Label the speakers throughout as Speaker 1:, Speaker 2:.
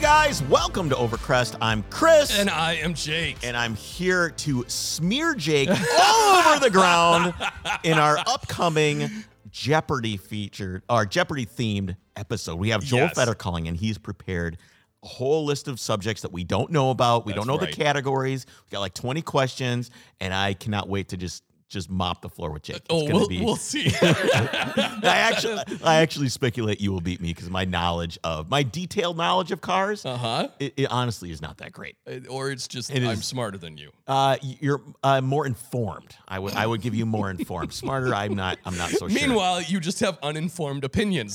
Speaker 1: guys. Welcome to Overcrest. I'm Chris.
Speaker 2: And I am Jake.
Speaker 1: and I'm here to smear Jake all over the ground in our upcoming Jeopardy feature, our Jeopardy themed episode. We have Joel
Speaker 2: Yes.
Speaker 1: Fetter calling, and he's prepared a whole list of subjects that we don't know about. We don't
Speaker 2: That's
Speaker 1: know
Speaker 2: right.
Speaker 1: the categories. We got like 20 questions, and I cannot wait to just just mop the floor with Jake. It's
Speaker 2: oh,
Speaker 1: gonna
Speaker 2: we'll,
Speaker 1: be.
Speaker 2: we'll see.
Speaker 1: I actually, I actually speculate you will beat me because my knowledge of my detailed knowledge of cars,
Speaker 2: uh huh.
Speaker 1: it, it honestly is not that great.
Speaker 2: Or it's just
Speaker 1: It
Speaker 2: I'm
Speaker 1: is-
Speaker 2: smarter than you.
Speaker 1: Uh, y- you're uh, more informed. I would I would give you more informed. Smarter, I'm not. I'm not so sure.
Speaker 2: Meanwhile, you just have uninformed opinions.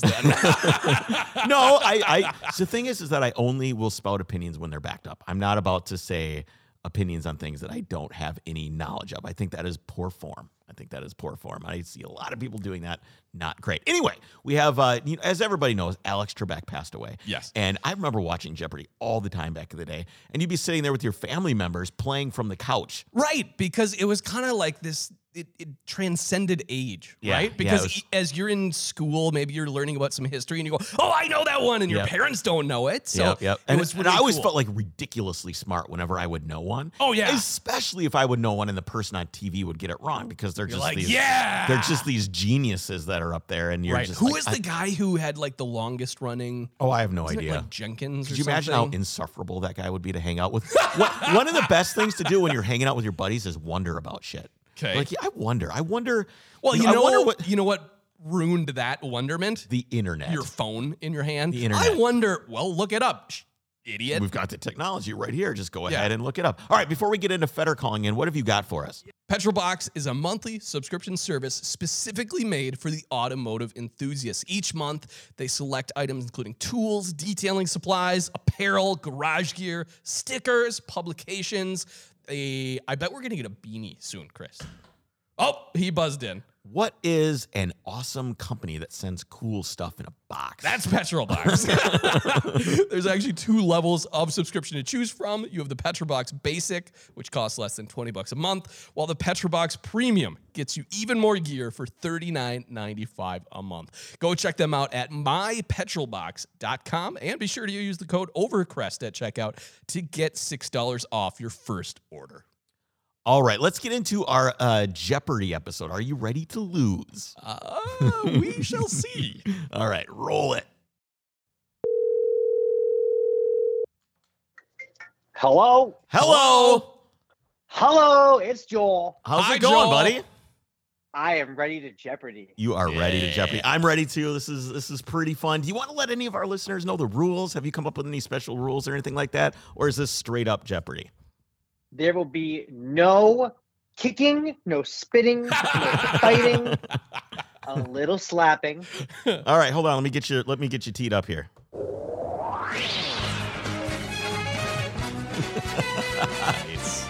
Speaker 2: Then
Speaker 1: no. I, I the thing is, is that I only will spout opinions when they're backed up. I'm not about to say opinions on things that I don't have any knowledge of. I think that is poor form. I think that is poor form. I see a lot of people doing that. Not great. Anyway, we have, uh, you know, as everybody knows, Alex Trebek passed away.
Speaker 2: Yes.
Speaker 1: And I remember watching Jeopardy all the time back in the day. And you'd be sitting there with your family members playing from the couch.
Speaker 2: Right, because it was kind of like this. It, it transcended age,
Speaker 1: Yeah, yeah,
Speaker 2: right?
Speaker 1: it
Speaker 2: Because
Speaker 1: was-
Speaker 2: e- as you're in school, maybe you're learning about some history, and you go, "Oh, I know that one," and your
Speaker 1: Yep.
Speaker 2: parents don't know it. So
Speaker 1: yep, yep.
Speaker 2: it
Speaker 1: And,
Speaker 2: was
Speaker 1: and
Speaker 2: really
Speaker 1: I always
Speaker 2: cool.
Speaker 1: felt like ridiculously smart whenever I would know one.
Speaker 2: Oh, yeah.
Speaker 1: Especially if I would know one and the person on TV would get it wrong because they're
Speaker 2: You're
Speaker 1: just
Speaker 2: like,
Speaker 1: these
Speaker 2: "Yeah!"
Speaker 1: they're just these geniuses that are up there and you're
Speaker 2: right.
Speaker 1: just
Speaker 2: Who
Speaker 1: like,
Speaker 2: is the guy who had like the longest running?
Speaker 1: I, Oh, I have no
Speaker 2: Isn't it,
Speaker 1: idea.
Speaker 2: like Jenkins.
Speaker 1: could
Speaker 2: or
Speaker 1: you imagine how
Speaker 2: something?
Speaker 1: insufferable that guy would be to hang out with? One- One of the best things to do when you're hanging out with your buddies is wonder about shit.
Speaker 2: 'Kay.
Speaker 1: Like, yeah, I wonder. I wonder.
Speaker 2: Well, you
Speaker 1: I
Speaker 2: know,
Speaker 1: wonder what
Speaker 2: you know what ruined that wonderment?
Speaker 1: the internet.
Speaker 2: your phone in your hand.
Speaker 1: The internet.
Speaker 2: I wonder. Well, look it up, sh- idiot.
Speaker 1: We've got the technology right here. Just go
Speaker 2: Yeah.
Speaker 1: ahead and look it up. All right, before we get into Fetter calling in, what have you got for us?
Speaker 2: Petrolbox is a monthly subscription service specifically made for the automotive enthusiast. Each month, they select items including tools, detailing supplies, apparel, garage gear, stickers, publications. A, I bet we're going to get a beanie soon, Chris. Oh, he buzzed in.
Speaker 1: What is an awesome company that sends cool stuff in a box?
Speaker 2: That's Petrolbox. There's actually two levels of subscription to choose from. You have the Petrolbox Basic, which costs less than 20 bucks a month, while the Petrolbox Premium gets you even more gear for $39.95 a month. Go check them out at mypetrolbox.com and be sure to use the code OVERCREST at checkout to get $6 off your first order.
Speaker 1: all right. Let's get into our uh, Jeopardy episode. Are you ready to lose?
Speaker 2: Uh, we shall see.
Speaker 1: All right, roll it.
Speaker 3: Hello?
Speaker 1: Hello,
Speaker 3: Hello, it's Joel.
Speaker 1: how's
Speaker 2: Hi,
Speaker 1: it going,
Speaker 2: Joel.
Speaker 1: buddy?
Speaker 3: I am ready to Jeopardy.
Speaker 1: You are ready to Jeopardy.
Speaker 2: Yeah.
Speaker 1: I'm ready too. This is this is pretty fun. Do you want to let any of our listeners know the rules? Have you come up with any special rules or anything like that, or is this straight up Jeopardy?
Speaker 3: There will be no kicking, no spitting, no fighting, a little slapping.
Speaker 1: All right, hold on. Let me get you. Let me get you teed up here. Nice.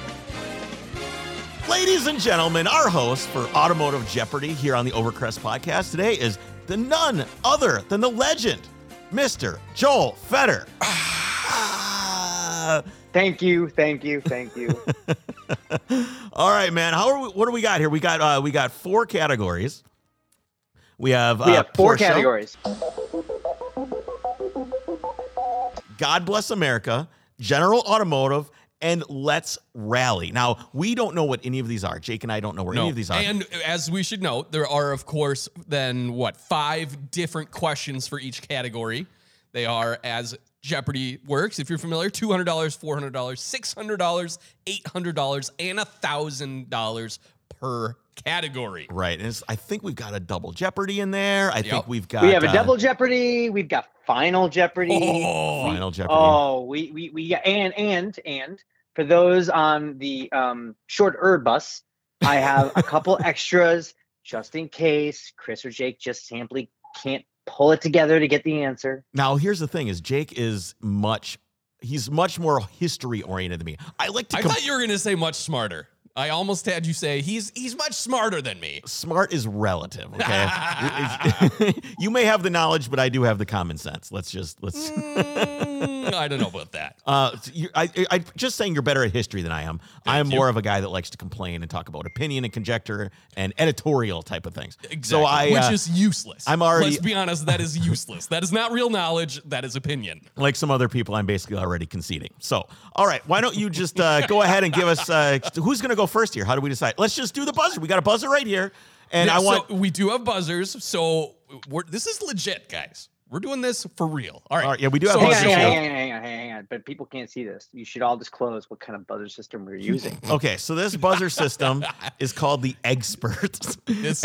Speaker 1: Ladies and gentlemen, our host for Automotive Jeopardy here on the Overcrest podcast today is the none other than the legend, Mr. Joel Fetter. Ah.
Speaker 3: Thank you, thank you, thank you.
Speaker 1: All right, man. How are we? What do we got here? We got uh, we got four categories. We have
Speaker 3: We
Speaker 1: uh,
Speaker 3: have four
Speaker 1: Porsche,
Speaker 3: categories.
Speaker 1: God Bless America, General Automotive, and Let's Rally. Now, we don't know what any of these are. Jake and I don't know where any of these are.
Speaker 2: And as we should note, there are, of course, then what, five different questions for each category. They are as Jeopardy works. If you're familiar, $200, $400, $600, $800, and $1,000 per category.
Speaker 1: right. And it's, I think we've got a double Jeopardy in there. I think
Speaker 2: Yep.
Speaker 1: we've got
Speaker 3: We have a
Speaker 1: uh,
Speaker 3: double Jeopardy, we've got final Jeopardy.
Speaker 2: Oh,
Speaker 1: Final Jeopardy.
Speaker 3: Oh, we we we yeah, and and and for those on the um shorter bus, I have a couple extras just in case Chris or Jake just simply can't pull it together to get the answer.
Speaker 1: Now, here's the thing: is Jake is much. He's much more history oriented than me. I like to.
Speaker 2: I
Speaker 1: com-
Speaker 2: thought you were going to say much smarter. I almost had you say he's he's much smarter than me.
Speaker 1: Smart is relative, okay? It's- you may have the knowledge, but I do have the common sense. Let's just let's.
Speaker 2: Mm, I don't know about that.
Speaker 1: Uh, so you, I, I I'm just saying you're better at history than I am. I am
Speaker 2: you.
Speaker 1: more of a guy that likes to complain and talk about opinion and conjecture and editorial type of things.
Speaker 2: Exactly.
Speaker 1: So I,
Speaker 2: which
Speaker 1: uh,
Speaker 2: is useless.
Speaker 1: I'm already-
Speaker 2: Let's be honest. That is useless. that is not real knowledge. That is opinion.
Speaker 1: like some other people, I'm basically already conceding. So, all right, why don't you just uh, go ahead and give us uh, who's going to go first here? How do we decide? Let's just do the buzzer. We got a buzzer right here, and
Speaker 2: Yeah,
Speaker 1: I want.
Speaker 2: So we do have buzzers. So we're, this is legit, guys. We're doing this for real. All right.
Speaker 1: All right, yeah, we do have
Speaker 3: Hang on,
Speaker 1: buzzers
Speaker 3: hang on,
Speaker 1: here.
Speaker 3: hang on, hang on, hang on, hang on. But people can't see this. You should all disclose what kind of buzzer system we're using.
Speaker 1: Okay, so this buzzer system is called the Expert,
Speaker 2: This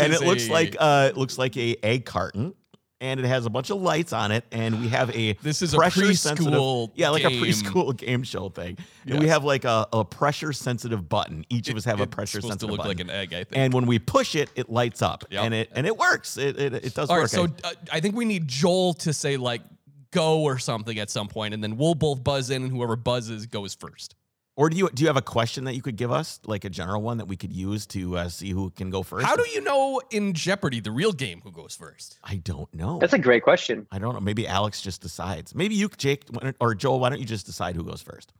Speaker 1: and
Speaker 2: is
Speaker 1: it looks
Speaker 2: a-
Speaker 1: like uh, it looks like a egg carton, and it has a bunch of lights on it, and we have a
Speaker 2: This is a
Speaker 1: pressure sensitive-
Speaker 2: preschool.
Speaker 1: yeah, like
Speaker 2: game.
Speaker 1: a preschool game show thing, and we
Speaker 2: Yes.
Speaker 1: have like a, a pressure sensitive button. Each of us have a
Speaker 2: It's
Speaker 1: pressure
Speaker 2: supposed to
Speaker 1: sensitive
Speaker 2: look
Speaker 1: button.
Speaker 2: like an egg. I think.
Speaker 1: and when we push it, it lights up,
Speaker 2: Yep.
Speaker 1: and it and it works. It it, it does
Speaker 2: All right.
Speaker 1: work.
Speaker 2: So uh, I think we need Joel to say like go or something at some point, and then we'll both buzz in, and whoever buzzes goes first.
Speaker 1: or do you do you have a question that you could give us, like a general one that we could use to uh, see who can go first?
Speaker 2: How do you know in Jeopardy the real game who goes first?
Speaker 1: I don't know.
Speaker 3: That's a great question.
Speaker 1: I don't know. Maybe Alex just decides. Maybe you, Jake, why don't- or Joel. Why don't you just decide who goes first?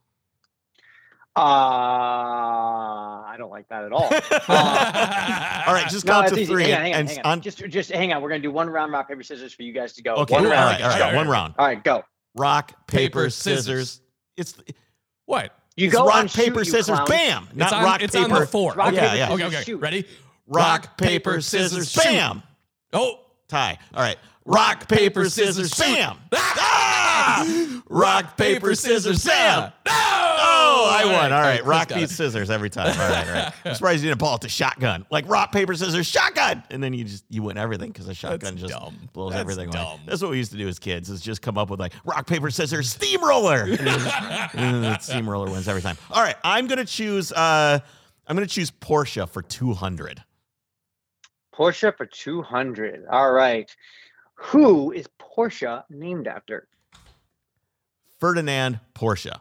Speaker 3: Uh, I don't like that at all.
Speaker 1: All right, just
Speaker 3: No,
Speaker 1: count
Speaker 3: it's
Speaker 1: to
Speaker 3: easy.
Speaker 1: three.
Speaker 3: Hang on,
Speaker 1: and- and
Speaker 3: hang on, hang
Speaker 1: on-
Speaker 3: on. Just, just hang on. We're gonna do one round rock paper scissors for you guys to go.
Speaker 1: okay.
Speaker 3: One
Speaker 1: all
Speaker 3: round.
Speaker 1: right, all right,
Speaker 2: Sure.
Speaker 1: one round.
Speaker 3: All right, go.
Speaker 1: Rock, paper,
Speaker 2: Paper,
Speaker 1: scissors. It's,
Speaker 2: What?
Speaker 3: You
Speaker 1: it's
Speaker 3: go
Speaker 1: rock,
Speaker 3: on shoot,
Speaker 1: paper,
Speaker 3: you
Speaker 1: scissors.
Speaker 3: clown.
Speaker 1: Bam! Not
Speaker 2: it's on,
Speaker 1: rock,
Speaker 2: it's
Speaker 1: paper.
Speaker 2: on the four.
Speaker 3: Rock,
Speaker 1: Yeah,
Speaker 3: paper,
Speaker 1: yeah.
Speaker 2: Okay,
Speaker 3: scissors,
Speaker 2: okay.
Speaker 3: shoot.
Speaker 2: Ready?
Speaker 1: Rock, paper, scissors.
Speaker 2: shoot.
Speaker 1: Bam!
Speaker 2: Oh,
Speaker 1: Tie. All right. Rock, paper, scissors.
Speaker 2: shoot.
Speaker 1: Bam! Ah! Rock, paper, scissors. Bam!
Speaker 2: No!
Speaker 1: Oh, I
Speaker 2: All
Speaker 1: won. All right.
Speaker 2: Chris
Speaker 1: Rock
Speaker 2: got
Speaker 1: beats
Speaker 2: it.
Speaker 1: scissors every time. All right, all right. I'm surprised you didn't ball it to shotgun. Like rock, paper, scissors, shotgun. And then you just you win everything because a shotgun just
Speaker 2: dumb.
Speaker 1: blows
Speaker 2: That's
Speaker 1: everything
Speaker 2: dumb.
Speaker 1: away. That's what we used to do as kids is just come up with like rock, paper, scissors, steamroller. And then just- and then the steamroller wins every time. All right. I'm gonna choose uh I'm gonna choose Porsche for two hundred.
Speaker 3: Porsche for two hundred. All right. Who is Porsche named after?
Speaker 1: Ferdinand Porsche.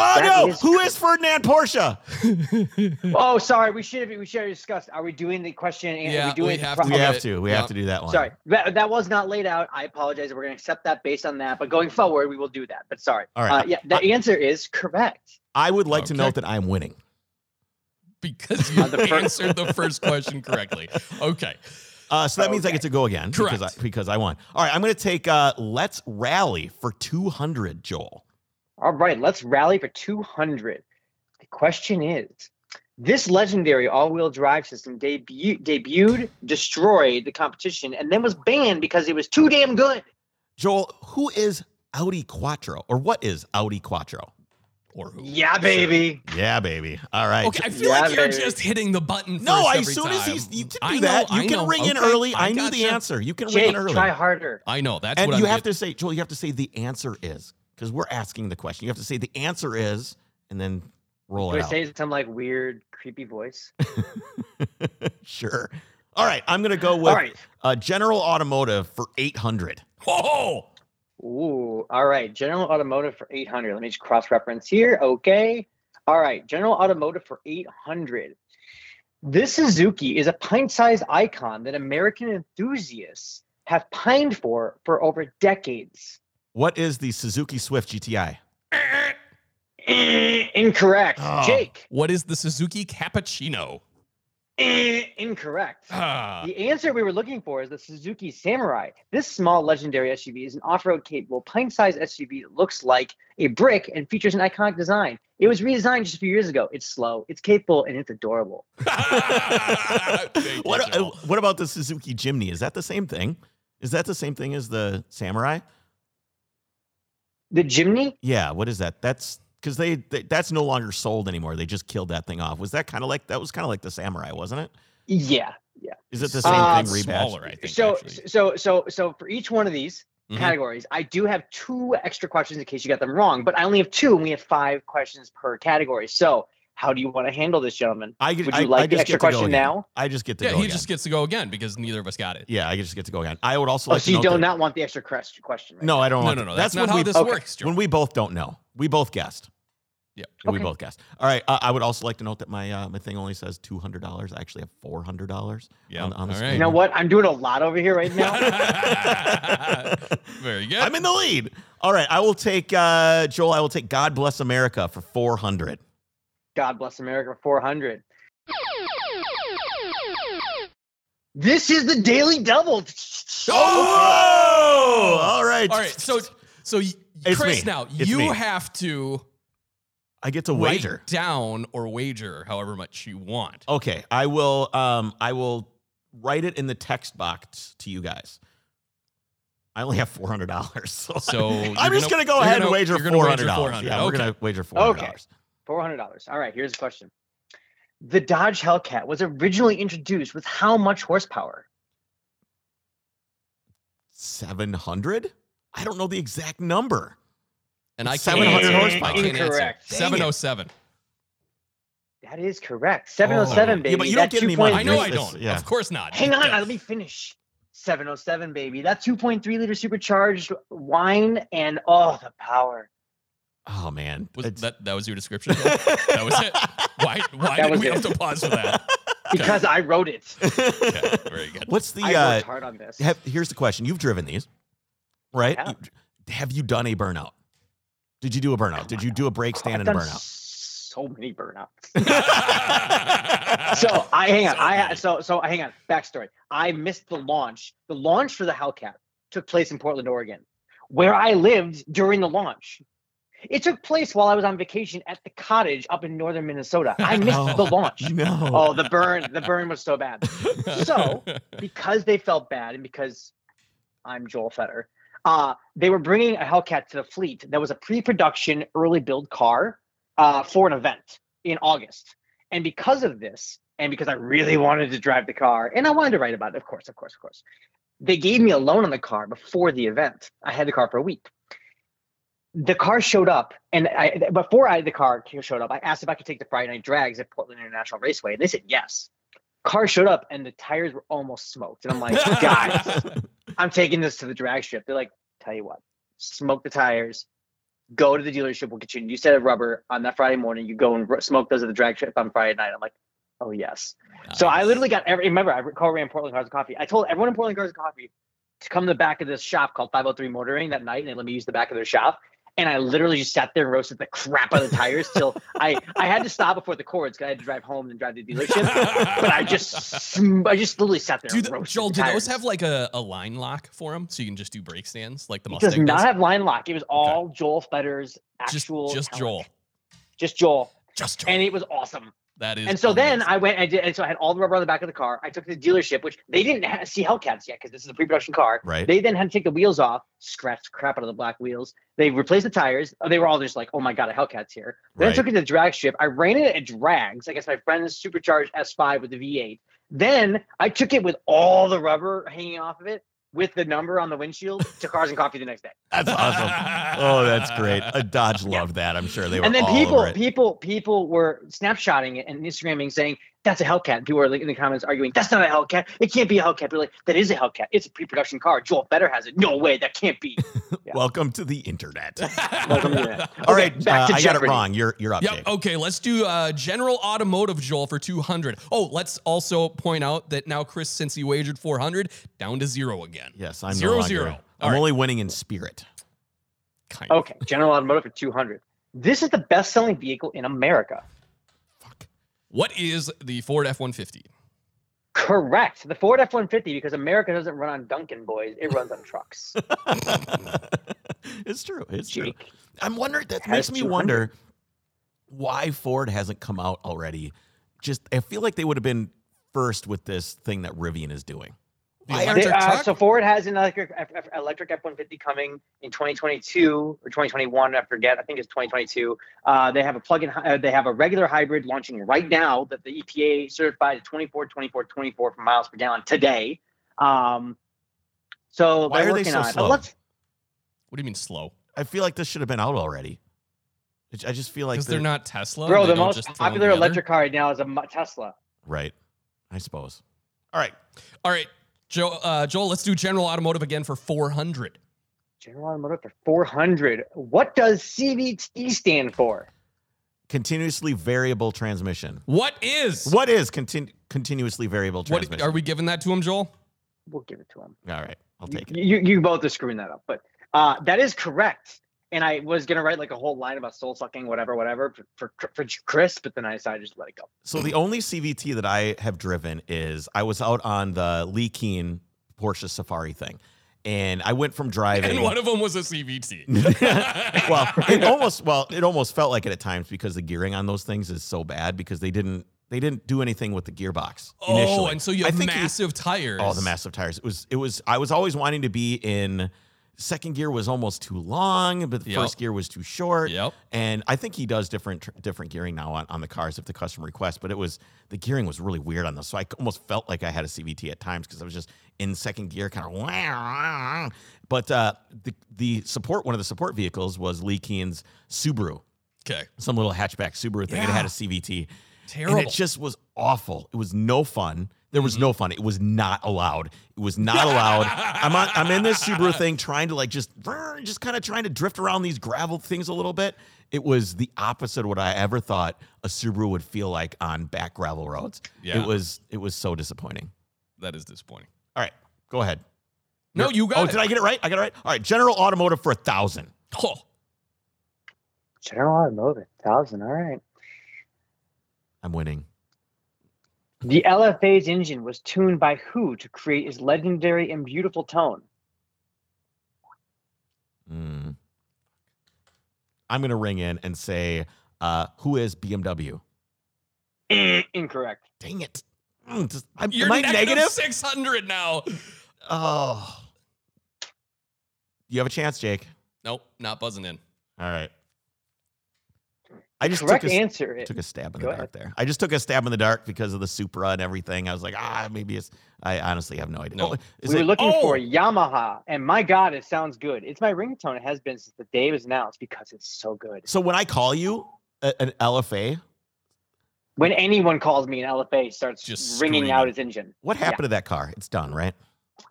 Speaker 1: Oh
Speaker 3: That
Speaker 1: no!
Speaker 3: is-
Speaker 1: Who is Ferdinand Porsche? Hmm.
Speaker 3: Oh, sorry. We should have. We should have discussed. Are we doing the question? And
Speaker 2: Yeah,
Speaker 3: are we doing
Speaker 2: we
Speaker 3: the
Speaker 2: have
Speaker 3: pro-
Speaker 2: to
Speaker 1: We
Speaker 2: Okay,
Speaker 1: have to. We
Speaker 2: yeah.
Speaker 1: have to do that one.
Speaker 3: Sorry, that, that was not laid out. I apologize. We're going to accept that based on that, but going forward, we will do that. But sorry.
Speaker 1: All right.
Speaker 3: Uh, yeah, the answer is correct.
Speaker 1: I would like to
Speaker 2: Okay.
Speaker 1: note that I'm winning.
Speaker 2: because you
Speaker 3: On the first-
Speaker 2: answered the first question correctly. Okay.
Speaker 1: Uh, so that means I
Speaker 3: Okay.
Speaker 1: get to go again because
Speaker 2: Correct.
Speaker 1: I, because I won. All right, I'm going to take uh, Let's Rally for 200, Joel.
Speaker 3: All right, let's rally for 200. The question is this legendary all wheel drive system debu- debuted, destroyed the competition, and then was banned because it was too damn good.
Speaker 1: Joel, who is Audi Quattro or what is Audi Quattro?
Speaker 2: Or who?
Speaker 3: Yeah, baby.
Speaker 1: Yeah, baby. All right.
Speaker 2: Okay, I feel
Speaker 3: Yeah,
Speaker 2: like you're
Speaker 3: baby.
Speaker 2: just hitting the button.
Speaker 1: no,
Speaker 2: first
Speaker 1: I-
Speaker 2: every
Speaker 1: as soon as
Speaker 2: time.
Speaker 1: he's, you can do
Speaker 2: I know,
Speaker 1: that, you
Speaker 2: I
Speaker 1: can
Speaker 2: know.
Speaker 1: ring in
Speaker 2: Okay,
Speaker 1: early. I, knew the
Speaker 2: gotcha.
Speaker 1: answer. You can ring
Speaker 3: Jake,
Speaker 1: in early.
Speaker 3: try harder.
Speaker 2: I know. That's
Speaker 1: and
Speaker 2: what
Speaker 1: you
Speaker 2: I'm
Speaker 1: have to say, Joel, you have to say the answer is because we're asking the question. You have to say the answer is and then roll
Speaker 3: Do I
Speaker 1: it out.
Speaker 3: say some like weird, creepy voice?
Speaker 1: sure. All right, I'm going to go with
Speaker 3: All right.
Speaker 1: uh, General Automotive for 800.
Speaker 2: Whoa!
Speaker 3: Ooh, all right. General Automotive for 800. Let me just cross reference here. Okay. All right. General Automotive for 800. This Suzuki is a pint sized icon that American enthusiasts have pined for for over decades.
Speaker 1: What is the Suzuki Swift GTI?
Speaker 3: Eh, incorrect.
Speaker 1: Oh.
Speaker 3: Jake,
Speaker 2: What is the Suzuki Cappuccino?
Speaker 3: eh, incorrect.
Speaker 2: Ah.
Speaker 3: The answer we were looking for is the Suzuki Samurai. This small legendary SUV is an off-road capable pint-sized SUV that looks like a brick and features an iconic design. It was redesigned just a few years ago. It's slow, it's capable, and it's adorable.
Speaker 2: Ah, Thank you,
Speaker 1: what, uh,
Speaker 2: Joel.
Speaker 1: what about the Suzuki Jimny? Is that the same thing? Is that the same thing as the Samurai?
Speaker 3: The Jimny?
Speaker 1: Yeah. What is that? That's because they, they that's no longer sold anymore. They just killed that thing off. Was that kind of like that was kind of like the Samurai, wasn't it?
Speaker 3: Yeah.
Speaker 1: Is it the same
Speaker 3: Um,
Speaker 1: thing rebadged?
Speaker 2: Uh, Smaller, I think.
Speaker 3: So
Speaker 2: actually.
Speaker 3: so so so for each one of these
Speaker 1: Mm-hmm.
Speaker 2: Mhm.
Speaker 3: categories, I do have two extra questions in case you got them wrong, but I only have two and we have five questions per category. So how do you want to handle this, gentlemen?
Speaker 1: I get,
Speaker 3: Would
Speaker 1: I,
Speaker 3: you like
Speaker 1: I
Speaker 3: the
Speaker 1: just
Speaker 3: extra
Speaker 1: get to go
Speaker 3: question
Speaker 1: again.
Speaker 3: now?
Speaker 1: I just get to
Speaker 2: yeah,
Speaker 1: go.
Speaker 2: he
Speaker 1: again.
Speaker 2: just gets to go again because neither of us got it.
Speaker 1: yeah, I just get to go again. I would also
Speaker 3: Oh,
Speaker 1: like
Speaker 3: so
Speaker 1: to
Speaker 3: you
Speaker 1: note
Speaker 3: don't
Speaker 1: that-
Speaker 3: not want the extra crest- question. right?
Speaker 1: No, I don't.
Speaker 2: No,
Speaker 1: want
Speaker 2: no,
Speaker 1: to-
Speaker 2: no. That's,
Speaker 1: when
Speaker 2: not how
Speaker 1: we
Speaker 2: this
Speaker 3: okay.
Speaker 2: works, Joel.
Speaker 1: when we both don't know. We both guessed.
Speaker 2: Yep.
Speaker 1: We
Speaker 3: Okay.
Speaker 1: both guessed. All right. Uh, I would also like to note that my uh, my thing only says two hundred dollars. I actually have four hundred dollars.
Speaker 2: Yeah.
Speaker 1: On- on the
Speaker 2: All
Speaker 1: screen.
Speaker 2: right.
Speaker 3: You know what? I'm doing a lot over here right now.
Speaker 2: Very good.
Speaker 1: I'm in the lead. All right. I will take uh, Joel. I will take God Bless America for four hundred.
Speaker 3: God bless America 400. This is the Daily Double.
Speaker 1: Oh! All right.
Speaker 2: All right. So, so y-
Speaker 1: It's
Speaker 2: Chris,
Speaker 1: me.
Speaker 2: now
Speaker 1: It's
Speaker 2: you
Speaker 1: me.
Speaker 2: have to
Speaker 1: I get to wager.
Speaker 2: write down or wager however much you want.
Speaker 1: Okay. I will. Um. I will write it in the text box to you guys. I only have four hundred dollars. So,
Speaker 2: So
Speaker 1: I'm
Speaker 2: you're
Speaker 1: just gonna,
Speaker 2: gonna-
Speaker 1: go
Speaker 2: you're
Speaker 1: ahead
Speaker 2: gonna-
Speaker 1: and
Speaker 2: you're
Speaker 1: wager
Speaker 2: gonna
Speaker 1: four
Speaker 2: wager
Speaker 1: hundred dollars.
Speaker 2: $400.
Speaker 1: Yeah, we're
Speaker 2: Okay.
Speaker 1: gonna wager four hundred dollars.
Speaker 3: $400. All right, here's the question. The Dodge Hellcat was originally introduced with how much horsepower?
Speaker 1: Seven hundred. I don't know the exact number.
Speaker 2: And I can't
Speaker 1: 700
Speaker 2: answer.
Speaker 1: horsepower.
Speaker 2: I can't answer.
Speaker 3: Incorrect. Dang it.
Speaker 2: 707.
Speaker 3: That is correct. 707, baby.
Speaker 1: Oh, Yeah, but you don't
Speaker 3: That
Speaker 1: get any
Speaker 3: 2.3
Speaker 1: money.
Speaker 2: I know I
Speaker 1: It's- it's-
Speaker 2: don't.
Speaker 1: yeah.
Speaker 2: Of course not.
Speaker 3: Hang on,
Speaker 2: Yeah.
Speaker 3: let me finish. 707, baby. That 2.3 liter supercharged wine and oh, the power.
Speaker 1: Oh man.
Speaker 2: Was,
Speaker 1: It's-
Speaker 2: that that was your description. Bill? that was it. Why why
Speaker 3: That
Speaker 2: did
Speaker 3: was
Speaker 2: we
Speaker 3: it.
Speaker 2: have to pause for that?
Speaker 3: Because I wrote it.
Speaker 2: Okay, very good.
Speaker 1: What's the
Speaker 3: I
Speaker 1: uh,
Speaker 3: worked hard on this.
Speaker 1: have, here's the question. You've driven these, right?
Speaker 3: Yeah.
Speaker 1: You- have you done a burnout? Did you do a burnout? Did you do a break stand
Speaker 3: I've
Speaker 1: and a
Speaker 3: done
Speaker 1: burnout?
Speaker 3: So many burnouts. so I hang on.
Speaker 2: So
Speaker 3: I
Speaker 2: many.
Speaker 3: so so hang on. Backstory: I missed the launch. The launch for the Hellcat took place in Portland, Oregon, where I lived during the launch. It took place while I was on vacation at the cottage up in northern Minnesota. I missed the
Speaker 1: No.
Speaker 3: launch.
Speaker 1: No.
Speaker 3: Oh, the burn! The burn was so bad So- because they felt bad and because I'm Joel Fetter, uh, they were bringing a Hellcat to the fleet that was a pre production, early build car uh, for an event in August. And because of this, and because I really wanted to drive the car and I wanted to write about it, of course, of course, of course, they gave me a loan on the car before the event. I had the car for a week. The car showed up, and I, before I the car showed up, I asked if I could take the Friday night drags at Portland International Raceway, and they said yes. Car showed up, and the tires were almost smoked, and I'm like, guys, I'm taking this to the drag strip. They're like, tell you what, smoke the tires, go to the dealership. We'll get you a new set of rubber on that Friday morning. You go and r- smoke those at the drag strip on Friday night. I'm like, oh, yes. So I literally got every, remember, I called ran Portland Cars and Coffee. I told everyone in Portland Cars and Coffee to come to the back of this shop called 503 Motoring that night and they let me use the back of their shop. And I literally just sat there and roasted the crap out of the tires till I, I had to stop before the chords because I had to drive home and drive to the dealership. But I just, sm- I just literally sat there.
Speaker 2: Do
Speaker 3: and
Speaker 2: the,
Speaker 3: roasted
Speaker 2: Joel,
Speaker 3: the
Speaker 2: do
Speaker 3: tires.
Speaker 2: those have like a, a line lock for them so you can just do brake stands like the
Speaker 3: It does
Speaker 2: Mustang
Speaker 3: not
Speaker 2: does?
Speaker 3: have line lock. It was all Joel Fetter's
Speaker 2: Just,
Speaker 3: actual.
Speaker 2: just
Speaker 3: talent.
Speaker 2: Joel.
Speaker 3: Just Joel.
Speaker 2: Just Joel.
Speaker 3: And it was awesome.
Speaker 2: that is
Speaker 3: And so then
Speaker 2: amazing.
Speaker 3: I went and, did, and so I had all the rubber on the back of the car. I took it to the dealership, which they didn't ha- see Hellcats yet because this is a pre-production car.
Speaker 1: right.
Speaker 3: They then had to take the wheels off, scratched the crap out of the black wheels. They replaced the tires. Oh, They were all just like, "Oh my god, a Hellcat's here!" Then
Speaker 1: Right.
Speaker 3: I took it to the drag strip. I ran it at drags against my friend's supercharged S5 with the V8. Then I took it with all the rubber hanging off of it, with the number on the windshield, to Cars and Coffee the next day.
Speaker 1: that's awesome. Oh, that's great. A Dodge loved that. I'm sure they were
Speaker 3: and then
Speaker 1: all
Speaker 3: people
Speaker 1: over it.
Speaker 3: people people were snapshotting it and instagramming saying that's a hellcat and people were like, in the comments arguing that's not a hellcat it can't be a hellcat they're like that is a hellcat it's a pre-production car joel better has it no way that can't be yeah.
Speaker 1: Welcome to the internet.
Speaker 3: Welcome to that.
Speaker 1: All
Speaker 3: Okay,
Speaker 1: right, uh, I got it
Speaker 3: Jeopardy.
Speaker 1: wrong. You're you're up.
Speaker 2: Yep. Oh.
Speaker 1: Jake.
Speaker 2: Okay. Let's do uh, general automotive, Joel, for 200. Oh, let's also point out that now Chris, since he wagered 400, down to zero again.
Speaker 1: Yes, I'm
Speaker 2: Zero,
Speaker 1: no longer-
Speaker 2: zero. All
Speaker 1: I'm
Speaker 2: right.
Speaker 1: only winning in spirit.
Speaker 2: Kind
Speaker 3: okay general automotive for 200 this is the best-selling vehicle in america
Speaker 2: Fuck. What is the Ford F 150?
Speaker 3: correct the ford f-150 because america doesn't run on duncan boys it runs on trucks
Speaker 1: it's true. It's true.
Speaker 3: jake
Speaker 1: I'm wondering. That
Speaker 3: Has
Speaker 1: makes me
Speaker 3: 200.
Speaker 1: wonder why Ford hasn't come out already. Just I feel like they would have been first with this thing that Rivian is doing.
Speaker 2: The
Speaker 1: Why
Speaker 2: electric
Speaker 3: They- uh,
Speaker 2: truck?
Speaker 3: so Ford has an electric F- F- electric F-150 coming in 2022 or 2021. I forget. I think it's 2022. Uh, they have a plug-in. hy- Uh, they have a regular hybrid launching right now that the EPA certified at 24, 24, 24 for miles per gallon today. Um, so
Speaker 1: Why
Speaker 3: they're
Speaker 1: are they
Speaker 3: working
Speaker 1: so
Speaker 3: on it. But
Speaker 1: slow?
Speaker 3: let's-
Speaker 2: what do you mean slow?
Speaker 1: I feel like this should have been out already. It- I just feel like
Speaker 2: Because they're not Tesla.
Speaker 3: bro,
Speaker 2: and they
Speaker 3: the
Speaker 2: don't
Speaker 3: most
Speaker 2: just throw 'em
Speaker 3: popular
Speaker 2: together?
Speaker 3: electric car right now is a Mu- Tesla.
Speaker 1: right. I suppose. All right.
Speaker 2: All right, Joe, uh, Joel, let's do general automotive again for 400.
Speaker 3: General Automotive for 400. What does CVT stand for?
Speaker 1: Continuously variable transmission.
Speaker 2: What is?
Speaker 1: What is contin- continuously variable transmission?
Speaker 2: What are we giving that to him, Joel?
Speaker 3: We'll give it to him.
Speaker 1: All right, I'll take it.
Speaker 3: you, you you both are screwing that up, but uh, that is correct. And I was gonna write like a whole line about soul sucking, whatever, whatever, for, for for Chris, but then I decided just to let it go.
Speaker 1: So the only CVT that I have driven is I was out on the Lee Keen Porsche Safari thing, and I went from driving.
Speaker 2: And one of them was a CVT.
Speaker 1: well, it almost well, it almost felt like it at times because the gearing on those things is so bad because they didn't they didn't do anything with the gearbox
Speaker 2: oh,
Speaker 1: initially.
Speaker 2: and so you
Speaker 1: I
Speaker 2: have
Speaker 1: think he-
Speaker 2: massive tires.
Speaker 1: Oh, the massive tires. It was it was I was always wanting to be in second gear was almost too long, but the
Speaker 2: Yep.
Speaker 1: first gear was too short.
Speaker 2: Yep.
Speaker 1: And I think he does different tr- different gearing now on, on the cars if the customer requests, but it was the gearing was really weird on those. So I c- almost felt like I had a CVT at times because I was just in second gear kind of but uh the the support one of the support vehicles was Lee Keen's Subaru,
Speaker 2: Okay.
Speaker 1: some little hatchback Subaru thing. and It had
Speaker 2: Yeah.
Speaker 1: a CVT.
Speaker 2: Terrible. Mm-hmm.
Speaker 1: And it just was awful. It was no fun. There was no fun. It was not allowed. It was not allowed. I'm on, I'm in this Subaru thing trying to like just just kind of trying to drift around these gravel things a little bit. It was the opposite of what I ever thought a Subaru would feel like on back gravel roads.
Speaker 2: Yeah.
Speaker 1: It was it was so disappointing.
Speaker 2: that is disappointing.
Speaker 1: All right, go ahead.
Speaker 2: No, you got
Speaker 1: oh,
Speaker 2: it.
Speaker 1: did I get it right? I got it right. All right, General Automotive for a thousand.
Speaker 2: Oh,
Speaker 3: General Automotive, thousand. All right.
Speaker 1: I'm winning.
Speaker 3: The LFA's engine was tuned by who to create its legendary and beautiful tone?
Speaker 1: Mm. I'm gonna ring in and say, uh, who is BMW?
Speaker 3: Eh, Incorrect.
Speaker 1: Dang it. Mm, just- I'm-
Speaker 2: you're
Speaker 1: am I
Speaker 2: negative
Speaker 1: negative?
Speaker 2: 600 now.
Speaker 1: Oh. You have a chance, Jake.
Speaker 2: Nope, not buzzing in.
Speaker 1: All right. I just took
Speaker 3: Correct
Speaker 1: a,
Speaker 3: answer. It,
Speaker 1: took a stab in
Speaker 3: Go
Speaker 1: the dark there. I just took a stab in the dark because of the Supra and everything. I was like, ah, maybe it's. I honestly have no idea.
Speaker 2: No.
Speaker 1: Oh, is
Speaker 3: we were
Speaker 1: it-
Speaker 3: looking for
Speaker 2: oh!
Speaker 3: Yamaha, and my God, it sounds good. It's my ringtone. It has been since the day it was announced because it's so good.
Speaker 1: so when I call you a- an LFA,
Speaker 3: When anyone calls me, an LFA starts
Speaker 2: Just
Speaker 3: ringing
Speaker 2: screaming.
Speaker 3: out its engine.
Speaker 1: what happened to that car? It's done, right?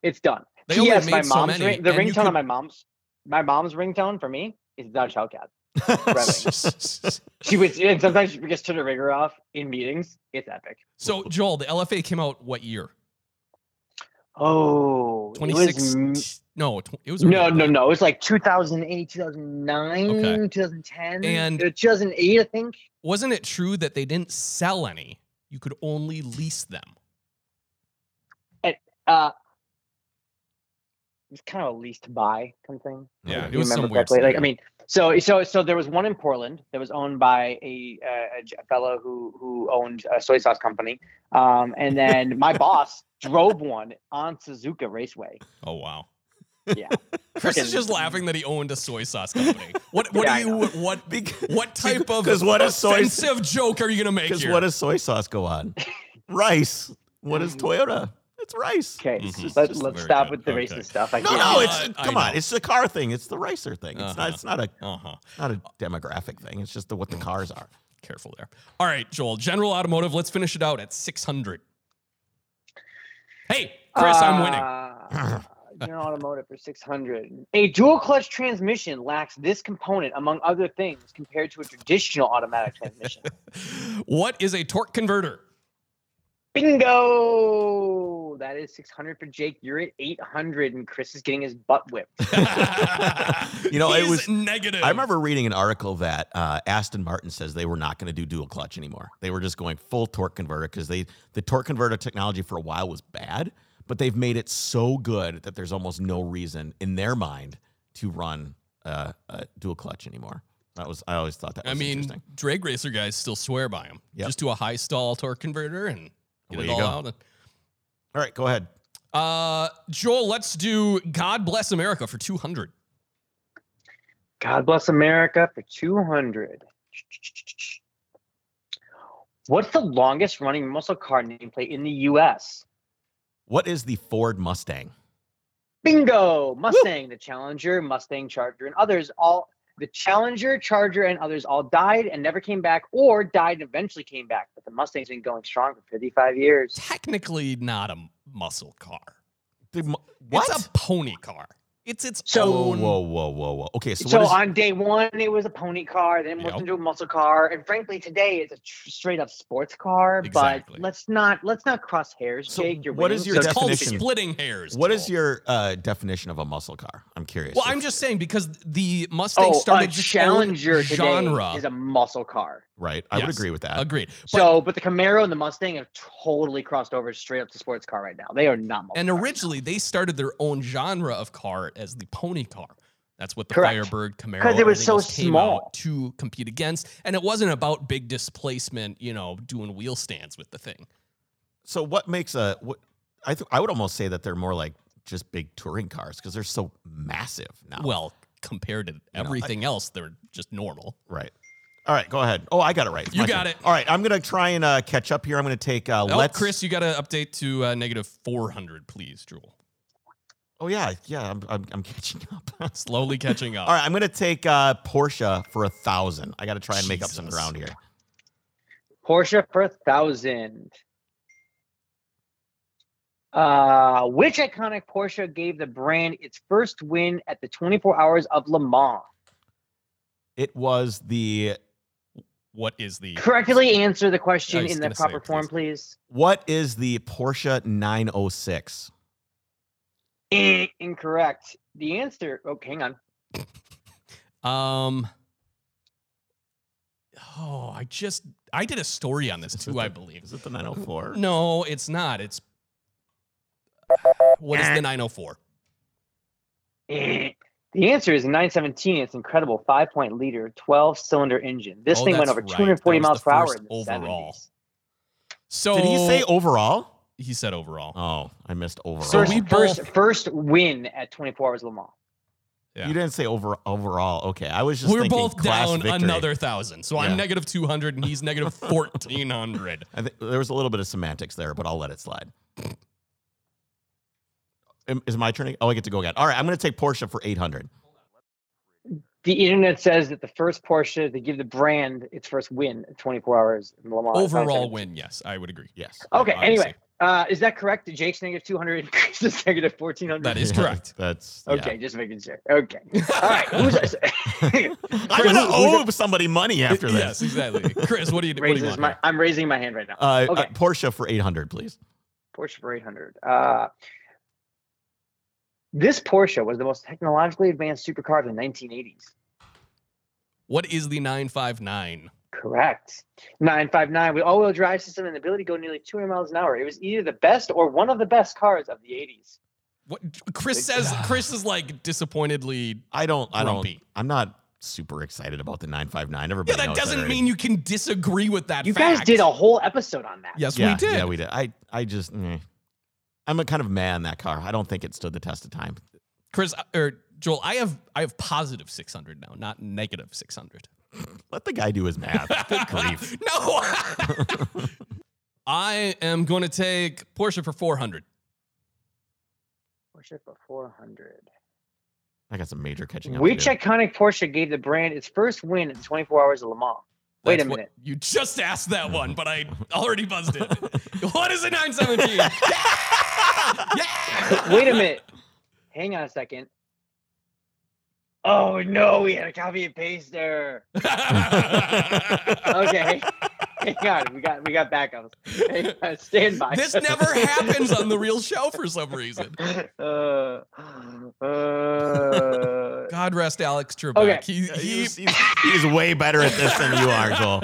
Speaker 3: It's done.
Speaker 2: They only
Speaker 3: P.S. my
Speaker 2: made so
Speaker 3: mom's
Speaker 2: many,
Speaker 3: ring, the
Speaker 2: and you
Speaker 3: ringtone
Speaker 2: could-
Speaker 3: on my mom's my mom's ringtone for me is Dodge Hellcat. She was and sometimes she would just turn the ringer off in meetings. It's epic.
Speaker 2: so, Joel, the LFA came out what year?
Speaker 3: Oh, it was
Speaker 2: 26?
Speaker 3: m-
Speaker 2: no, tw- it was
Speaker 3: No,
Speaker 2: earlier
Speaker 3: no,
Speaker 2: than
Speaker 3: no. It was like 2008, 2009,
Speaker 2: Okay.
Speaker 3: 2010,
Speaker 2: And-
Speaker 3: uh, 2008, I think.
Speaker 2: that. Wasn't it true that they didn't sell any? You could only lease them.
Speaker 3: Uh, it's kind of a lease to buy kind of thing.
Speaker 1: Yeah,
Speaker 3: if
Speaker 1: it
Speaker 3: you
Speaker 2: was some
Speaker 3: remember
Speaker 2: weird
Speaker 3: correctly. Like, I
Speaker 2: scenario.
Speaker 3: mean, so so so there was one in Portland that was owned by a, uh, a j- a fellow who who owned a soy sauce company, um, and then my boss drove one on Suzuka Raceway.
Speaker 2: Oh wow.
Speaker 3: Yeah.
Speaker 2: Chris is
Speaker 3: Frickin-
Speaker 2: just laughing that he owned a soy sauce company. What what do
Speaker 3: Yeah, I
Speaker 2: you
Speaker 3: know.
Speaker 2: what what type of
Speaker 1: 'cause what is soy-
Speaker 2: offensive joke are you gonna make
Speaker 1: Because
Speaker 2: here?
Speaker 1: what does soy sauce go on? rice. What is Toyota? It's rice.
Speaker 3: Mm. Okay,
Speaker 2: Mhm.
Speaker 3: let,
Speaker 1: Just
Speaker 3: let's
Speaker 2: very
Speaker 3: stop
Speaker 2: good.
Speaker 3: with the
Speaker 2: Okay.
Speaker 3: racist stuff. I
Speaker 1: No,
Speaker 3: can't.
Speaker 1: no,
Speaker 2: Yeah.
Speaker 1: it's
Speaker 2: Uh, I
Speaker 1: come on.
Speaker 2: know.
Speaker 1: It's the car thing. It's the ricer thing. It's
Speaker 2: Uh-huh. Oh.
Speaker 1: not. It's not a
Speaker 2: uh-huh.
Speaker 1: not a demographic thing. It's just the, what the cars are.
Speaker 2: Careful there. All right, Joel. General Automotive, let's finish it out at six hundred. Hey, Chris, I'm
Speaker 3: Uh,
Speaker 2: winning.
Speaker 3: winning. General Automotive for 600. A dual clutch transmission lacks this component, among other things, compared to a traditional automatic transmission.
Speaker 2: What is a torque converter?
Speaker 3: Bingo! That is 600 for Jake. You're at 800, and Chris is getting his butt whipped.
Speaker 1: You know, it
Speaker 2: He's
Speaker 1: was-
Speaker 2: negative.
Speaker 1: I remember reading an article that uh, Aston Martin says they were not going to do dual clutch anymore. They were just going full torque converter because they the torque converter technology for a while was bad, but they've made it so good that there's almost no reason in their mind to run uh, a dual clutch anymore. That was I always thought that.
Speaker 2: I
Speaker 1: Was
Speaker 2: mean,
Speaker 1: interesting.
Speaker 2: drag racer guys still swear by them.
Speaker 1: Yep.
Speaker 2: Just do a high stall torque converter and get
Speaker 1: Away
Speaker 2: it
Speaker 1: you
Speaker 2: all
Speaker 1: go.
Speaker 2: out.
Speaker 1: all right, go ahead.
Speaker 2: Uh, Joel, let's do God Bless America for 200.
Speaker 3: God bless America for 200. What's the longest running muscle car nameplate in the U.S.?
Speaker 1: What is the Ford Mustang?
Speaker 3: Bingo! Mustang, the Challenger, Mustang, Charger, and others all the Challenger, Charger, and others all died and never came back, or died and eventually came back. But the Mustang's been going strong for 55 years.
Speaker 2: Technically, not a muscle car.
Speaker 1: The, mu- what?
Speaker 2: It's a pony car. It's its
Speaker 3: So-
Speaker 1: Whoa,
Speaker 2: own.
Speaker 1: whoa, whoa, whoa, whoa. Okay, so,
Speaker 3: So
Speaker 1: what is,
Speaker 3: on day one, it was a pony car. Then it
Speaker 1: Yep.
Speaker 3: morphed into a muscle car, and frankly, today it's a tr- straight up sports car.
Speaker 2: Exactly.
Speaker 3: But let's not let's not cross hairs,
Speaker 1: So
Speaker 3: Jake. You're
Speaker 1: what is
Speaker 3: winning,
Speaker 1: your
Speaker 2: It's
Speaker 3: so
Speaker 2: called
Speaker 1: definition?
Speaker 2: splitting hairs.
Speaker 1: what is
Speaker 2: Joel.
Speaker 1: your uh, definition of a muscle car? I'm curious.
Speaker 2: Well,
Speaker 1: if-
Speaker 2: I'm just saying because the Mustang
Speaker 3: Oh,
Speaker 2: started
Speaker 3: a
Speaker 2: its own
Speaker 3: challenger today
Speaker 2: genre.
Speaker 3: is a muscle car.
Speaker 1: right. I would
Speaker 2: Yes.
Speaker 1: agree with that.
Speaker 2: Agreed. But,
Speaker 3: So, but the Camaro and the Mustang have totally crossed over straight up to sports car right now. They are not muscle
Speaker 2: and
Speaker 3: cars.
Speaker 2: originally they started their own genre of car as the pony car. That's what the
Speaker 3: Correct.
Speaker 2: Firebird Camaro
Speaker 3: 'Cause it was
Speaker 2: everything
Speaker 3: so
Speaker 2: else came
Speaker 3: small.
Speaker 2: out to compete against, and it wasn't about big displacement. You know, doing wheel stands with the thing.
Speaker 1: so what makes a what I th- I would almost say that they're more like just big touring cars because they're so massive now.
Speaker 2: Well, compared to everything else, they're just normal.
Speaker 1: right. All right, go ahead. Oh, I got it right. It's
Speaker 2: You
Speaker 1: my
Speaker 2: got it.
Speaker 1: All right, I'm gonna try and uh, catch up here. I'm gonna take uh,
Speaker 2: Oh,
Speaker 1: let's.
Speaker 2: Chris, you got to update to uh, negative four hundred, please, Jewel.
Speaker 1: Oh yeah, yeah. I'm I'm, I'm catching up.
Speaker 2: Slowly catching up.
Speaker 1: All right, I'm gonna take uh, Porsche for a thousand. I got to try and make up some
Speaker 2: Jesus.
Speaker 1: ground here.
Speaker 3: Porsche for a thousand. Uh, which iconic Porsche gave the brand its first win at the 24 Hours of Le Mans?
Speaker 1: It was the
Speaker 2: What is the
Speaker 3: Correctly answer the question
Speaker 2: was
Speaker 3: in the
Speaker 2: gonna say,
Speaker 3: proper form, please.
Speaker 1: what is the Porsche 906?
Speaker 3: Eh, incorrect. The answer. Oh, hang on.
Speaker 2: Um. Oh, I just I did a story on this
Speaker 1: Is it
Speaker 2: too,
Speaker 1: the-
Speaker 2: I believe.
Speaker 1: Is it the 904?
Speaker 2: No, it's not. It's what
Speaker 1: Ah.
Speaker 2: is the 904?
Speaker 3: Eh. The answer is 917. It's incredible 5.0 liter, 12 cylinder engine. This
Speaker 2: Oh,
Speaker 3: thing went
Speaker 2: that's
Speaker 3: over
Speaker 2: right. That
Speaker 3: 240
Speaker 2: was
Speaker 3: miles
Speaker 2: the
Speaker 3: per hour
Speaker 2: first
Speaker 3: in the
Speaker 2: overall.
Speaker 3: 70s.
Speaker 2: So
Speaker 1: Did he say overall?
Speaker 2: he said overall?
Speaker 1: Oh, I missed overall.
Speaker 2: So
Speaker 3: First,
Speaker 2: we
Speaker 3: first,
Speaker 2: both-
Speaker 3: first win at 24 Hours Le Mans.
Speaker 2: Yeah.
Speaker 1: You didn't say over overall. Okay, I was just
Speaker 2: We're
Speaker 1: thinking
Speaker 2: both
Speaker 1: class
Speaker 2: down
Speaker 1: victory.
Speaker 2: another thousand. So
Speaker 1: Yeah.
Speaker 2: I'm negative 200 and he's negative 1400.
Speaker 1: I think there was a little bit of semantics there, but I'll let it slide. Am- Is it my turn? Oh, I get to go again. All right, I'm going to take Porsche for 800.
Speaker 3: The internet says that the first Porsche to give the brand its first win at 24 Hours in Le Mans. It's not
Speaker 2: Overall
Speaker 3: seven-
Speaker 2: win, yes, I would agree.
Speaker 1: Yes,
Speaker 3: Okay,
Speaker 2: Obviously.
Speaker 3: anyway. Uh, is that correct? Jake's negative 200, Chris is negative 1400.
Speaker 2: That is
Speaker 1: Yeah,
Speaker 2: correct.
Speaker 1: That's yeah.
Speaker 3: Okay, just making sure. Okay. All right. Who's,
Speaker 1: I'm going
Speaker 3: Who's-
Speaker 1: to
Speaker 3: who's
Speaker 1: owe somebody money after
Speaker 2: yes,
Speaker 1: this.
Speaker 2: exactly. Chris, what do you what do you
Speaker 3: raises
Speaker 2: want?
Speaker 3: my, I'm raising my hand right now.
Speaker 1: Uh, uh,
Speaker 3: Okay.
Speaker 1: Porsche for 800, please.
Speaker 3: Porsche for 800. Uh, this Porsche was the most technologically advanced supercar of the 1980s.
Speaker 2: What is the 959?
Speaker 3: Correct. 959 with all wheel drive system and the ability to go nearly 200 miles an hour. It was either the best or one of the best cars of the 80s.
Speaker 2: What Chris says Chris is like disappointedly
Speaker 1: I don't. I don't.
Speaker 2: Grumpy.
Speaker 1: I'm not super excited about the 959.
Speaker 2: Yeah,
Speaker 1: Everybody.
Speaker 2: that
Speaker 1: knows
Speaker 2: doesn't
Speaker 1: already.
Speaker 2: mean you can disagree with that.
Speaker 3: You
Speaker 2: fact.
Speaker 3: guys did a whole episode on that.
Speaker 2: Yes,
Speaker 1: yeah,
Speaker 2: we did.
Speaker 1: Yeah, we did. I, I just, meh. I'm a kind of mad on that car. I don't think it stood the test of time.
Speaker 2: Chris uh, or Joel, I have I have positive six hundred now, not negative six hundred.
Speaker 1: Let the guy do his math. Good grief.
Speaker 2: no. I am going to take Porsche for four hundred.
Speaker 3: Porsche for 400.
Speaker 1: I got some major catching up. to
Speaker 3: Which
Speaker 1: do.
Speaker 3: iconic Porsche gave the brand its first win at the 24 Hours of Le Mans? Wait a minute.
Speaker 2: you just asked that one, but I already buzzed it. what is a nine seventeen? yeah! Yeah!
Speaker 3: Wait a minute. Hang on a second. Oh no, we had a copy and paste there. Okay. Hang on, we got we got backups. Hang on, Stand by.
Speaker 2: this never happens on the real show for some reason.
Speaker 3: Uh, uh,
Speaker 2: God rest Alex Trebek.
Speaker 3: Okay.
Speaker 2: He,
Speaker 1: Yeah,
Speaker 2: he,
Speaker 1: he's, he's, he's way better at this than you are, Joel.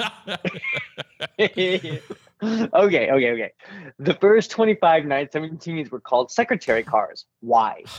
Speaker 3: okay, okay, okay. The first 25 917s were called secretary cars. Why?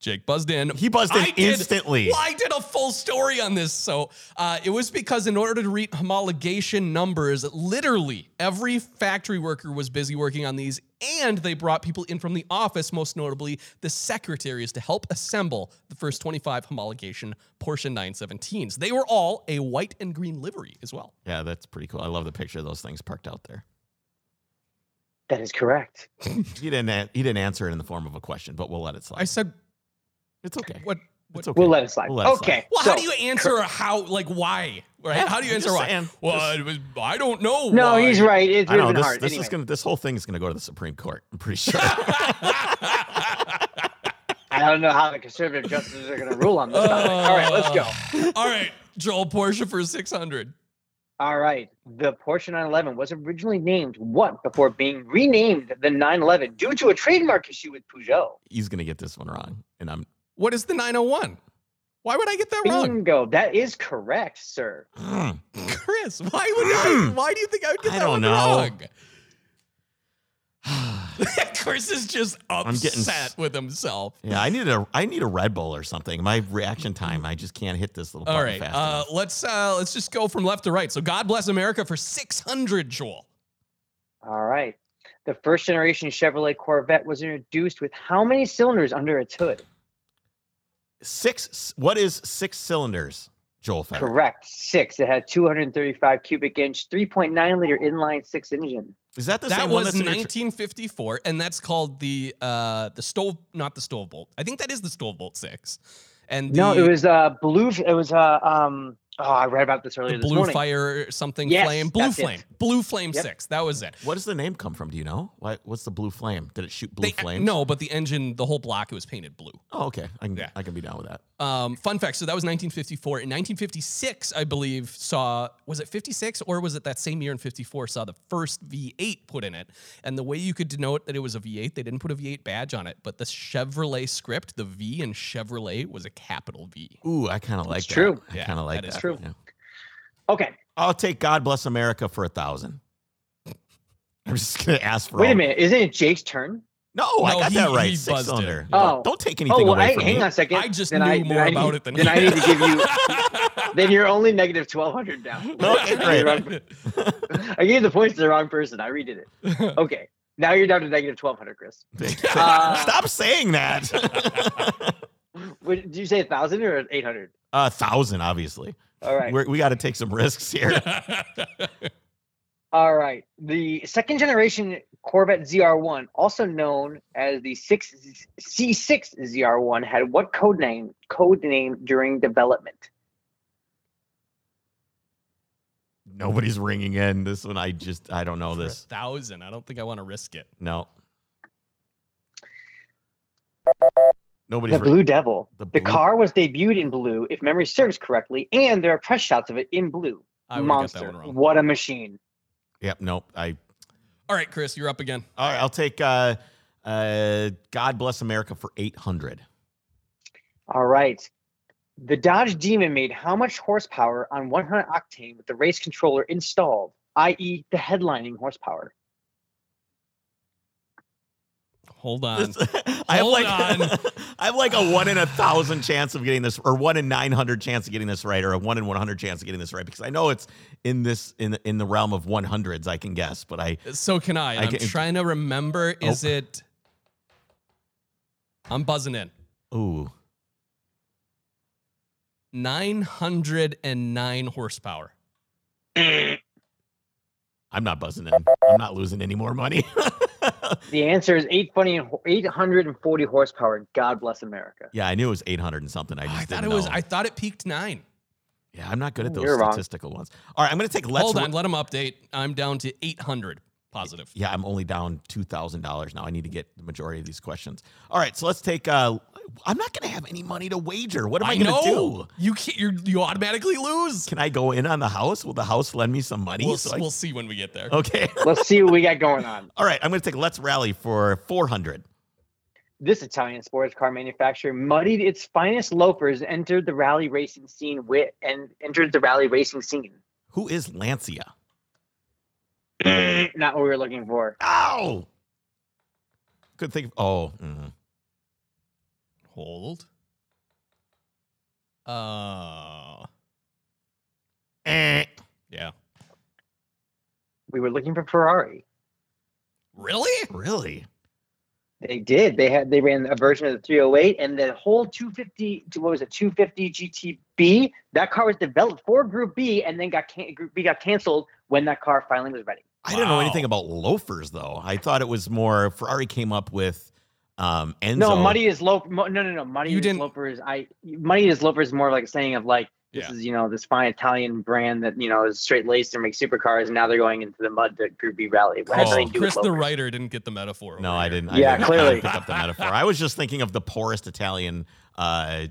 Speaker 2: Jake buzzed in.
Speaker 1: He buzzed in
Speaker 2: I did.
Speaker 1: instantly.
Speaker 2: Well, I did a full story on this. So uh, it was because in order to read homologation numbers, literally every factory worker was busy working on these, and they brought people in from the office, most notably the secretaries, to help assemble the first 25 homologation Porsche 917s. They were all a white and green livery as well.
Speaker 1: Yeah, that's pretty cool. I love the picture of those things parked out there.
Speaker 3: That is correct.
Speaker 1: He didn't. a- He didn't answer it in the form of a question, but we'll let it slide.
Speaker 2: I said,
Speaker 1: it's okay.
Speaker 2: "What?
Speaker 1: It's okay.
Speaker 3: We'll let it slide.
Speaker 1: We'll let it slide.
Speaker 3: okay.
Speaker 2: Well,
Speaker 3: so,
Speaker 2: how do you answer how? Like why? Right?
Speaker 1: Yeah,
Speaker 2: how do you
Speaker 1: I'm
Speaker 2: answer
Speaker 1: just
Speaker 2: why?
Speaker 1: saying.
Speaker 2: Well,
Speaker 1: Just-
Speaker 2: it was, I don't know.
Speaker 3: No,
Speaker 2: why.
Speaker 3: he's right. It's
Speaker 1: I know
Speaker 3: really
Speaker 1: this.
Speaker 3: hard.
Speaker 1: This
Speaker 3: Anyway,
Speaker 1: is gonna. This whole thing is gonna go to the Supreme Court. I'm pretty sure.
Speaker 3: I I don't know how the conservative justices are going to rule on this.
Speaker 2: Oh.
Speaker 3: topic. All right, let's go.
Speaker 2: go. All right, Joel Porsche for 600.
Speaker 3: All right. The Porsche 911 was originally named what before being renamed the 911 due to a trademark issue with Peugeot?
Speaker 1: He's gonna get this one wrong, and I'm
Speaker 2: What is the 901? Why would I get
Speaker 3: Mm.
Speaker 2: that wrong?
Speaker 3: Bingo. That is correct, sir.
Speaker 2: Chris, why would I? Why do you think I would get
Speaker 1: Mm. I
Speaker 2: that
Speaker 1: don't
Speaker 2: one
Speaker 1: know.
Speaker 2: wrong? Chris is just
Speaker 1: I'm getting s-
Speaker 2: upset with himself.
Speaker 1: yeah. I need a I need a Red Bull or something. My reaction time, I just can't hit this little.
Speaker 2: All
Speaker 1: button
Speaker 2: right,
Speaker 1: fast
Speaker 2: uh,
Speaker 1: enough.
Speaker 2: let's uh, let's just go from left to right. So God bless America for 600, Joel.
Speaker 3: All right. The first generation Chevrolet Corvette was introduced with how many cylinders under its hood?
Speaker 1: six. What is six cylinders, Joel? Federer?
Speaker 3: Correct. Six. It had 235 cubic inch, 3.9 liter inline six engine.
Speaker 1: Is that the
Speaker 2: that
Speaker 1: same one
Speaker 2: was
Speaker 1: that's in your tr-
Speaker 2: 1954, and that's called the uh, the stove, not the stove bolt. I think that is the stove bolt six. And the,
Speaker 3: No, it was uh blue. It was uh um. Oh, I read about this
Speaker 2: the
Speaker 3: earlier this
Speaker 2: blue
Speaker 3: morning.
Speaker 2: fire something
Speaker 3: Yes,
Speaker 2: flame, blue
Speaker 3: that's it.
Speaker 2: flame, blue flame
Speaker 3: Yep.
Speaker 2: six. That was it.
Speaker 1: What does the name come from? Do you know? Why, what's the blue flame? Did it shoot blue
Speaker 2: They-
Speaker 1: flames?
Speaker 2: No, but the engine, the whole block, it was painted blue.
Speaker 1: Oh, okay. I can
Speaker 2: Yeah.
Speaker 1: I can be down with that.
Speaker 2: Um, fun fact. So that was 1954. In 1956, I believe, saw, was it 56 or was it that same year in 54, saw the first V8 put in it. And the way you could denote that it was a V8, they didn't put a V8 badge on it, but the Chevrolet script, the V in Chevrolet was a capital V.
Speaker 1: Ooh, I kind of like that.
Speaker 3: true.
Speaker 1: I
Speaker 2: Yeah,
Speaker 1: kind of like
Speaker 2: that is
Speaker 3: true.
Speaker 1: yeah.
Speaker 3: Okay.
Speaker 1: I'll take God bless America for a thousand. I'm just gonna ask for.
Speaker 3: Wait
Speaker 1: all-
Speaker 3: a minute. Isn't it Jake's turn?
Speaker 1: No, I
Speaker 2: No,
Speaker 1: got
Speaker 2: he-
Speaker 1: that right.
Speaker 2: he
Speaker 1: Six
Speaker 2: buzzed it.
Speaker 1: cylinder.
Speaker 3: Oh.
Speaker 1: Don't take anything
Speaker 3: Oh, well,
Speaker 1: away
Speaker 3: I,
Speaker 1: from
Speaker 3: hang
Speaker 1: me.
Speaker 3: on a second.
Speaker 2: I just
Speaker 3: Then
Speaker 2: knew
Speaker 3: then
Speaker 2: more
Speaker 3: I need-
Speaker 2: about it than
Speaker 3: then I
Speaker 2: he
Speaker 3: need to give you.
Speaker 2: you.
Speaker 3: Then you're only negative 1,200 down.
Speaker 1: Okay, great.
Speaker 3: I gave the points to the wrong person. I redid it. Okay. Now you're down to negative 1,200, Chris. Uh,
Speaker 1: Stop saying that.
Speaker 3: Would, did you say 1,000 or 800?
Speaker 1: A thousand, obviously.
Speaker 3: All right.
Speaker 1: We're, we got to take some risks here.
Speaker 3: All right. The second generation Corvette ZR1, also known as the 6 C6 ZR1, had what code name code name during development?
Speaker 1: Nobody's ringing in. This one, I just, I don't know
Speaker 2: For a
Speaker 1: this.
Speaker 2: thousand. I don't think I want to risk it.
Speaker 1: No. Nobody's.
Speaker 3: the
Speaker 1: ri-
Speaker 3: Blue Devil.
Speaker 1: The
Speaker 3: The,
Speaker 1: Blue-
Speaker 3: car was debuted in blue, if memory serves correctly, and there are press shots of it in blue.
Speaker 2: I would have got
Speaker 3: Monster.
Speaker 2: that one wrong.
Speaker 3: What a machine.
Speaker 1: Yep. Nope. I.
Speaker 2: All right, Chris, you're up again.
Speaker 1: All right. I'll take. Uh, uh, God bless America for eight hundred.
Speaker 3: All right. The Dodge Demon made how much horsepower on 100 octane with the race controller installed, i.e., the headlining horsepower?
Speaker 2: Hold on.
Speaker 1: I have
Speaker 2: Hold
Speaker 1: like
Speaker 2: on.
Speaker 1: I have like a one in a thousand chance of getting this, or one in nine hundred chance of getting this right, or a one in one hundred chance of getting this right because I know it's in this in the, in the realm of one hundreds. I can guess, but I
Speaker 2: So can I.
Speaker 1: I Oh.
Speaker 2: I am
Speaker 1: get-
Speaker 2: trying to remember. Is it? I'm buzzing in.
Speaker 1: ooh
Speaker 2: 909 horsepower.
Speaker 1: I'm not buzzing in. I'm not losing any more money.
Speaker 3: The answer is 840 840 horsepower. God bless America.
Speaker 1: yeah, I knew it was eight hundred and something. I just
Speaker 2: Oh, I thought
Speaker 1: didn't
Speaker 2: it was.
Speaker 1: know.
Speaker 2: I thought it peaked nine.
Speaker 1: yeah, I'm not good at those
Speaker 3: Mm, You're wrong.
Speaker 1: statistical ones. All right, I'm gonna take. Let's
Speaker 2: Hold
Speaker 1: Ri-
Speaker 2: on. Let him update. I'm down to 800 positive.
Speaker 1: yeah, I'm only down two thousand dollars now. I need to get the majority of these questions. All right, so let's take. Uh, I'm not gonna have any money to wager. What am I, gonna do?
Speaker 2: You can't. You're, you automatically lose.
Speaker 1: Can I go in on the house? Will the house lend me some money?
Speaker 2: We'll,
Speaker 1: so I-
Speaker 2: we'll see when we get there.
Speaker 1: okay.
Speaker 3: Let's see what we got going on.
Speaker 1: All right. I'm going to take Let's Rally for 400.
Speaker 3: This Italian sports car manufacturer muddied its finest loafers, and entered the rally racing scene with, and entered the rally racing scene.
Speaker 1: Who is Lancia?
Speaker 3: Not what we were looking for.
Speaker 1: Ow! Could think of. Oh, mhm.
Speaker 2: Hold. Uh.
Speaker 1: Eh.
Speaker 2: Yeah.
Speaker 3: We were looking for Ferrari.
Speaker 2: Really?
Speaker 1: really?
Speaker 3: They did. They had they ran a version of the 308 and the whole 250. What was it? 250 GTB. That car was developed for Group B and then got can- Group B got canceled when that car finally was ready.
Speaker 1: I didn't know
Speaker 2: Wow.
Speaker 1: anything about loafers, though. I thought it was more. Ferrari came up with um, Enzo.
Speaker 3: No, muddy is loaf. Mo- no, no, no. Muddy
Speaker 2: You
Speaker 3: is
Speaker 2: didn't-
Speaker 3: loafers. I muddy is loafers is more like a saying of like This
Speaker 2: Yeah.
Speaker 3: is, you know, this fine Italian brand that, you know, is straight laced and makes supercars. And now they're going into the mud to Group B rally. Whatever they
Speaker 2: Chris,
Speaker 3: do
Speaker 2: Chris
Speaker 3: with
Speaker 2: the
Speaker 3: Lotus.
Speaker 2: writer didn't get the metaphor.
Speaker 1: No,
Speaker 2: over
Speaker 1: I
Speaker 2: here.
Speaker 1: didn't. I
Speaker 3: Yeah,
Speaker 1: didn't
Speaker 3: clearly.
Speaker 1: pick up the metaphor. I was just thinking of the poorest Italian uh,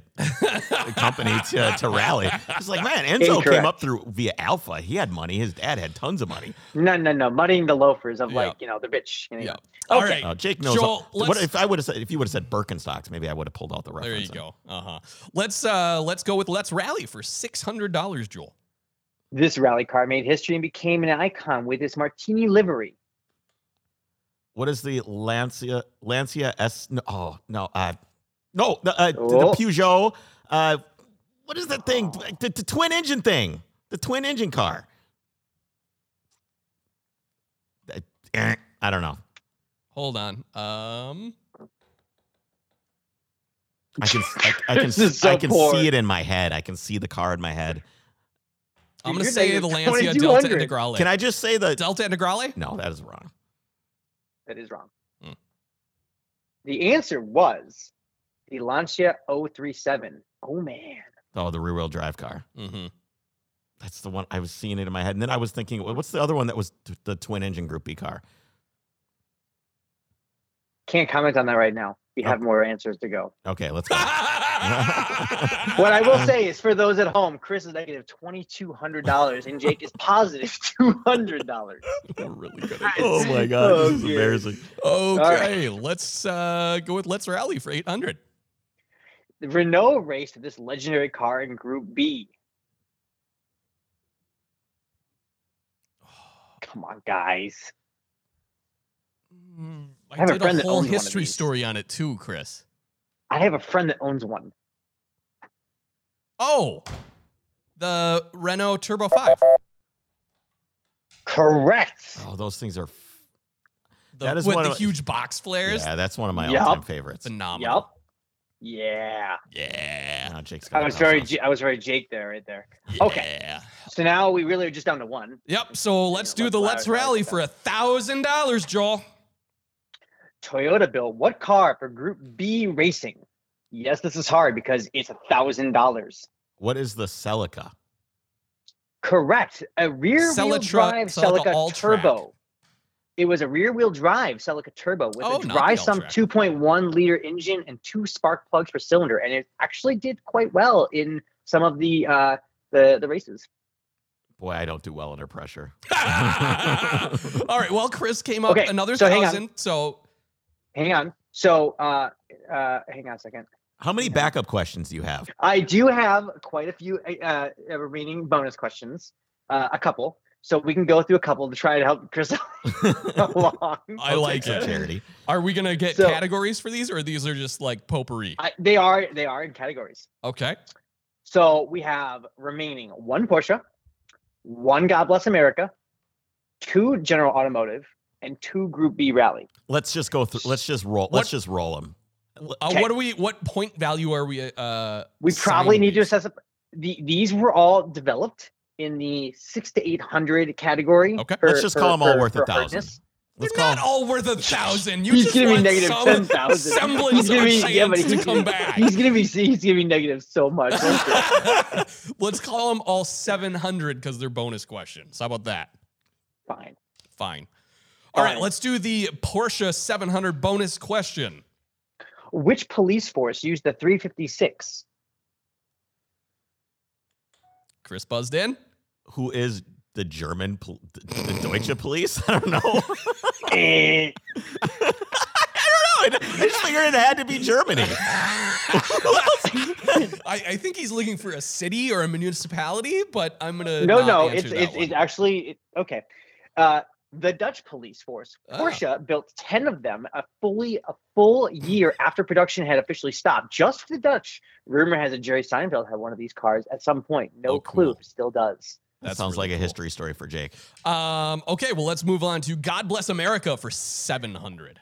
Speaker 1: company to, to rally. It's like, man, Enzo came
Speaker 3: Incorrect.
Speaker 1: up through via Alpha. He had money. His dad had tons of money.
Speaker 3: No, no, no. Muddying the loafers of
Speaker 2: Yeah.
Speaker 3: like, you know, the rich. You know.
Speaker 2: Yeah. All
Speaker 3: Okay.
Speaker 2: right.
Speaker 1: Uh, Jake knows.
Speaker 2: Joel,
Speaker 1: what
Speaker 2: let's-
Speaker 1: if I would have said if you would have said Birkenstocks? Maybe I would have pulled out the reference.
Speaker 2: There you
Speaker 1: and-
Speaker 2: go. Uh huh. Let's uh let's go with let's rally for six hundred dollars, Joel.
Speaker 3: This rally car made history and became an icon with its martini livery.
Speaker 1: What is the Lancia Lancia S? No, oh no, uh, no, the, uh,
Speaker 3: Oh.
Speaker 1: the Peugeot. Uh, what is that thing? The, the twin engine thing. The twin engine car. Uh, eh, I don't know.
Speaker 2: Hold on. Um
Speaker 1: I can I, I can
Speaker 3: This is so
Speaker 1: I can
Speaker 3: poor.
Speaker 1: see it in my head. I can see the car in my head.
Speaker 2: I'm gonna
Speaker 3: You're
Speaker 2: say
Speaker 3: thinking
Speaker 2: the Lancia Delta
Speaker 3: 2200.
Speaker 2: Integrale.
Speaker 1: Can I just say the?
Speaker 2: Delta Integrale?
Speaker 1: No, that is wrong.
Speaker 3: That is wrong.
Speaker 2: Hmm.
Speaker 3: The answer was the Lancia 037. Oh, man.
Speaker 1: Oh, the rear wheel drive car.
Speaker 2: Mm-hmm.
Speaker 1: That's the one I was seeing it in my head, and then I was thinking, well, what's the other one that was t- the twin engine Group B car?
Speaker 3: Can't comment on that right now. We have more answers to go.
Speaker 1: Okay, let's go.
Speaker 2: Ah.
Speaker 3: What I will say is for those at home, Chris is negative $2,200 and Jake is positive $200.
Speaker 2: We're really good at this.
Speaker 1: oh my god,
Speaker 3: Oh,
Speaker 1: this is
Speaker 3: dear.
Speaker 1: embarrassing.
Speaker 2: Okay, let's uh go with let's rally for eight hundred.
Speaker 3: The Renault raced with this legendary car in Group B. Come on, guys.
Speaker 2: Mm, I,
Speaker 3: have a
Speaker 2: did a,
Speaker 3: friend that
Speaker 2: whole
Speaker 3: owns one of
Speaker 2: history
Speaker 3: these.
Speaker 2: story on it too, Chris.
Speaker 3: I have a friend that owns one.
Speaker 2: Oh, the Renault Turbo Five.
Speaker 3: Correct.
Speaker 1: Oh, those things are. f-
Speaker 2: The,
Speaker 1: That is
Speaker 2: with
Speaker 1: one
Speaker 2: the
Speaker 1: of-
Speaker 2: huge box flares.
Speaker 1: Yeah, that's one of my
Speaker 3: Yup.
Speaker 1: all-time favorites.
Speaker 2: Phenomenal.
Speaker 3: Yup. Yeah.
Speaker 2: Yeah.
Speaker 1: Now Jake's got
Speaker 3: I
Speaker 1: a
Speaker 3: was
Speaker 1: tough
Speaker 3: very
Speaker 1: one.
Speaker 3: J- I was very Jake there right there. Okay.
Speaker 2: Yeah.
Speaker 3: So now we really are just down to one.
Speaker 2: Yep. So let's do the let's
Speaker 3: Let's rally
Speaker 2: rally
Speaker 3: for
Speaker 2: for a thousand dollars, Joel.
Speaker 3: Toyota Bill, what car for Group B racing? Yes, this is hard because it's a thousand dollars.
Speaker 1: What is the Celica?
Speaker 3: Correct. A rear wheel
Speaker 2: Celica-
Speaker 3: drive
Speaker 2: Celica
Speaker 3: Celica
Speaker 2: All-Track.
Speaker 3: Turbo. It was a rear wheel drive Celica Turbo with
Speaker 2: Oh, not
Speaker 3: a
Speaker 2: the
Speaker 3: dry sum
Speaker 2: All-Track.
Speaker 3: 2.1 liter engine and two spark plugs per cylinder, and it actually did quite well in some of the uh, the the races.
Speaker 1: Boy, I don't do well under pressure.
Speaker 2: All right. Well, Chris came up
Speaker 3: Okay,
Speaker 2: another
Speaker 3: so hang on.
Speaker 2: thousand. So
Speaker 3: Hang on. So uh, uh, hang on a second.
Speaker 1: How many backup questions do you have?
Speaker 3: I do have quite a few uh, uh, remaining bonus questions, uh, a couple. So we can go through a couple to try to help Chris along.
Speaker 2: I
Speaker 1: I'll take
Speaker 2: like
Speaker 1: some
Speaker 2: it.
Speaker 1: Charity.
Speaker 2: Are we gonna get
Speaker 3: So-
Speaker 2: categories for these, or these are just like potpourri?
Speaker 3: I, they are they are in categories.
Speaker 2: Okay.
Speaker 3: So we have remaining one Porsche, one God Bless America, two General Automotive, and two Group B Rally.
Speaker 1: Let's just go through. Let's just roll. Let's just roll them.
Speaker 2: Uh,
Speaker 3: Okay.
Speaker 2: What do we? What point value are we? Uh,
Speaker 3: We probably
Speaker 2: assigning
Speaker 3: need to
Speaker 2: these?
Speaker 3: assess the, these were all developed in the six to eight hundred category.
Speaker 2: Okay.
Speaker 1: Let's just call 'em all worth a thousand.
Speaker 3: hardness.
Speaker 1: Let's
Speaker 2: They're
Speaker 1: call.
Speaker 2: not all worth a thousand. You
Speaker 3: he's
Speaker 2: just
Speaker 3: giving
Speaker 2: want
Speaker 3: me negative
Speaker 2: some
Speaker 3: ten thousand.
Speaker 2: semblance of chance to
Speaker 3: he's,
Speaker 2: come back.
Speaker 3: he's gonna be he's gonna be negative so much.
Speaker 2: Let's call them all 700 because they're bonus questions. How about that?
Speaker 3: Fine.
Speaker 2: Fine. All right,
Speaker 3: Fine.
Speaker 2: let's do the Porsche 700 bonus question.
Speaker 3: Which police force used the 356?
Speaker 2: Chris buzzed in.
Speaker 1: who is the German? Pol- the, the Deutsche police? I don't know. I don't
Speaker 3: Eh,
Speaker 1: know. I I just figured it had to be Germany.
Speaker 2: I, I think he's looking for a city or a municipality, but I'm gonna
Speaker 3: no,
Speaker 2: not
Speaker 3: no,
Speaker 2: answer
Speaker 3: it's
Speaker 2: that
Speaker 3: it's, it's
Speaker 2: one.
Speaker 3: actually it, okay. Uh, the Dutch police force.
Speaker 2: Ah.
Speaker 3: Porsche built ten of them a fully a full year after production had officially stopped, just for the Dutch. Rumor has it Jerry Seinfeld had one of these cars at some point. No
Speaker 2: Oh,
Speaker 3: clue,
Speaker 2: cool.
Speaker 3: still does.
Speaker 1: That
Speaker 2: That's
Speaker 1: sounds
Speaker 2: really
Speaker 1: like a
Speaker 2: cool.
Speaker 1: history story for Jake.
Speaker 2: Um, okay, well let's move on to God Bless America for 700.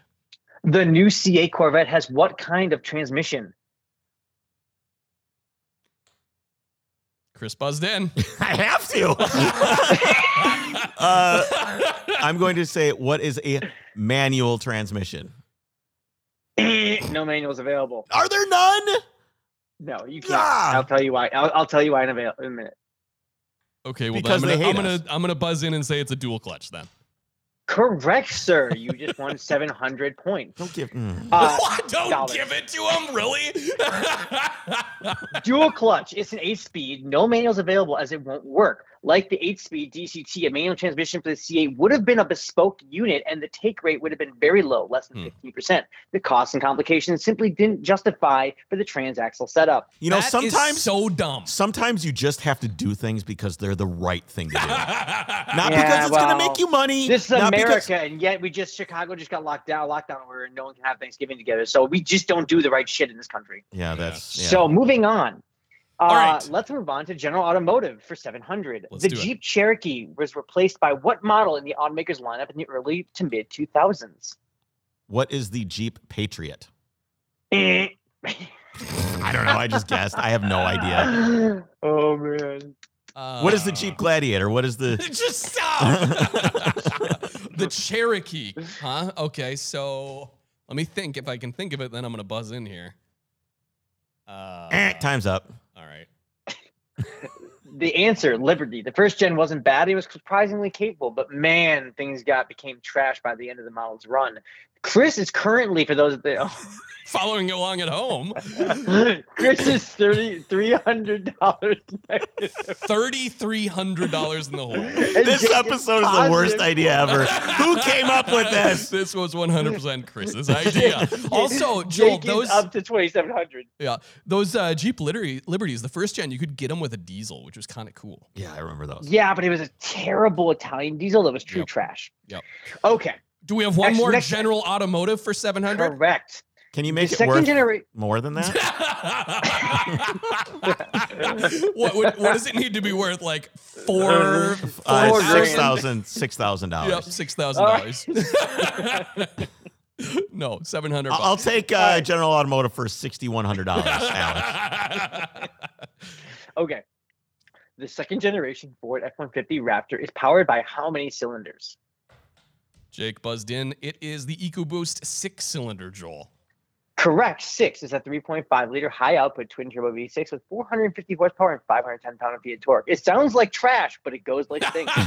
Speaker 3: The new CA Corvette has what kind of transmission?
Speaker 2: Chris buzzed in.
Speaker 1: I have to. uh, I'm going to say, what is a manual transmission?
Speaker 3: no manuals available.
Speaker 1: Are there none?
Speaker 3: No, you can't.
Speaker 1: Ah!
Speaker 3: I'll tell you why. I'll, I'll tell you why in a, va- in a minute.
Speaker 2: Okay, well,
Speaker 1: Because
Speaker 2: then I'm
Speaker 1: they
Speaker 2: gonna I'm
Speaker 1: hate
Speaker 2: gonna,
Speaker 1: us.
Speaker 2: I'm gonna buzz in and say it's a dual clutch then.
Speaker 3: Correct, sir. You just won 700 points.
Speaker 1: Don't give. mm.
Speaker 3: Uh,
Speaker 2: Don't
Speaker 3: dollars.
Speaker 2: give it to him, really?
Speaker 3: dual clutch. It's an eight speed. No manuals available as it won't work. Like the eight speed DCT, a manual transmission for the C8 would have been a bespoke unit and the take rate would have been very low, less than
Speaker 2: Hmm.
Speaker 3: 15%. The costs and complications simply didn't justify for the transaxle setup.
Speaker 1: you know,
Speaker 2: That is
Speaker 1: sometimes
Speaker 2: so dumb.
Speaker 1: sometimes you just have to do things because they're the right thing to do. Not
Speaker 3: Yeah,
Speaker 1: because it's going to
Speaker 3: well,
Speaker 1: make you money.
Speaker 3: This is
Speaker 1: not
Speaker 3: America,
Speaker 1: because-
Speaker 3: and yet we just Chicago just got locked down, lockdown order, and no one can have Thanksgiving together. So we just don't do the right shit in this country.
Speaker 1: yeah, that's. yeah.
Speaker 3: So moving on. Uh,
Speaker 2: All right.
Speaker 3: Let's move on to General Automotive for 700.
Speaker 2: Let's
Speaker 3: the
Speaker 2: do it.
Speaker 3: Jeep Cherokee was replaced by what model in the automaker's lineup in the early to mid 2000s?
Speaker 1: What is the Jeep Patriot?
Speaker 3: Eh.
Speaker 1: I don't know. I just guessed. I have no idea.
Speaker 3: Oh man.
Speaker 2: Uh,
Speaker 1: What is the Jeep Gladiator? What is the.
Speaker 2: Just stop. the Cherokee, huh? Okay, so let me think. If I can think of it, then I'm gonna buzz in here. Uh,
Speaker 1: Eh, time's up.
Speaker 2: all right.
Speaker 3: The answer, Liberty. The first gen wasn't bad. It was surprisingly capable, but man, things got became trash by the end of the model's run. Chris is currently, for those of the
Speaker 2: Following along at home,
Speaker 3: Chris is thirty three hundred dollars.
Speaker 2: thirty three hundred dollars in the hole.
Speaker 1: This episode is the worst idea ever. Who came up with this?
Speaker 2: This was 100% Chris's idea. Also, Joel,
Speaker 3: Jake is
Speaker 2: those
Speaker 3: up to twenty seven hundred.
Speaker 2: yeah, those uh, Jeep Liberty, Liberties, the first gen, you could get them with a diesel, which was kind of cool.
Speaker 1: Yeah, I remember those.
Speaker 3: Yeah, but it was a terrible Italian diesel that was true
Speaker 2: Yep.
Speaker 3: trash.
Speaker 2: Yep.
Speaker 3: Okay,
Speaker 2: Do we have one
Speaker 3: Next-
Speaker 2: more
Speaker 3: next-
Speaker 2: general automotive for 700?
Speaker 3: correct.
Speaker 1: Can you make
Speaker 3: the
Speaker 1: it
Speaker 3: second
Speaker 1: worth
Speaker 3: generation.
Speaker 1: more than that?
Speaker 2: what, would what does it need to be worth? Like four, four
Speaker 1: Uh,
Speaker 3: grand.
Speaker 1: six thousand, six thousand
Speaker 2: Yep,
Speaker 1: dollars.
Speaker 2: six thousand dollars. No, seven hundred.
Speaker 1: I'll I'll take uh, General Automotive for sixty-one hundred dollars, Alex.
Speaker 3: Okay, the second generation Ford F one fifty Raptor is powered by how many cylinders?
Speaker 2: Jake buzzed in. It is the EcoBoost six-cylinder, Joel.
Speaker 3: Correct. Six is a 3.5 liter high output twin turbo V6 with 450 horsepower and 510 pound feet of torque. It sounds like trash, but it goes like things.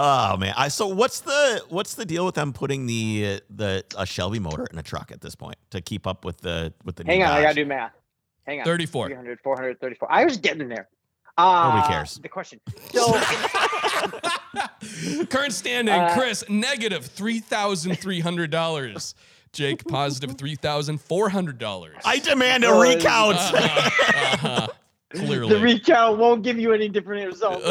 Speaker 1: Oh man! I, so what's the what's the deal with them putting the the a Shelby motor in a truck at this point to keep up with the with the?
Speaker 3: Hang
Speaker 1: new
Speaker 3: on, I
Speaker 1: Dodge?
Speaker 3: gotta do math. Hang on.
Speaker 2: 34.
Speaker 3: 300, 434. I was getting there. Uh,
Speaker 1: cares.
Speaker 3: The question. So
Speaker 2: Current standing,
Speaker 3: Uh,
Speaker 2: Chris, negative $3,300. Jake, positive $3,400.
Speaker 1: I demand a
Speaker 3: Oh,
Speaker 1: recount.
Speaker 2: Uh-huh, uh-huh.
Speaker 3: the
Speaker 2: Clearly.
Speaker 3: recount won't give you any different results.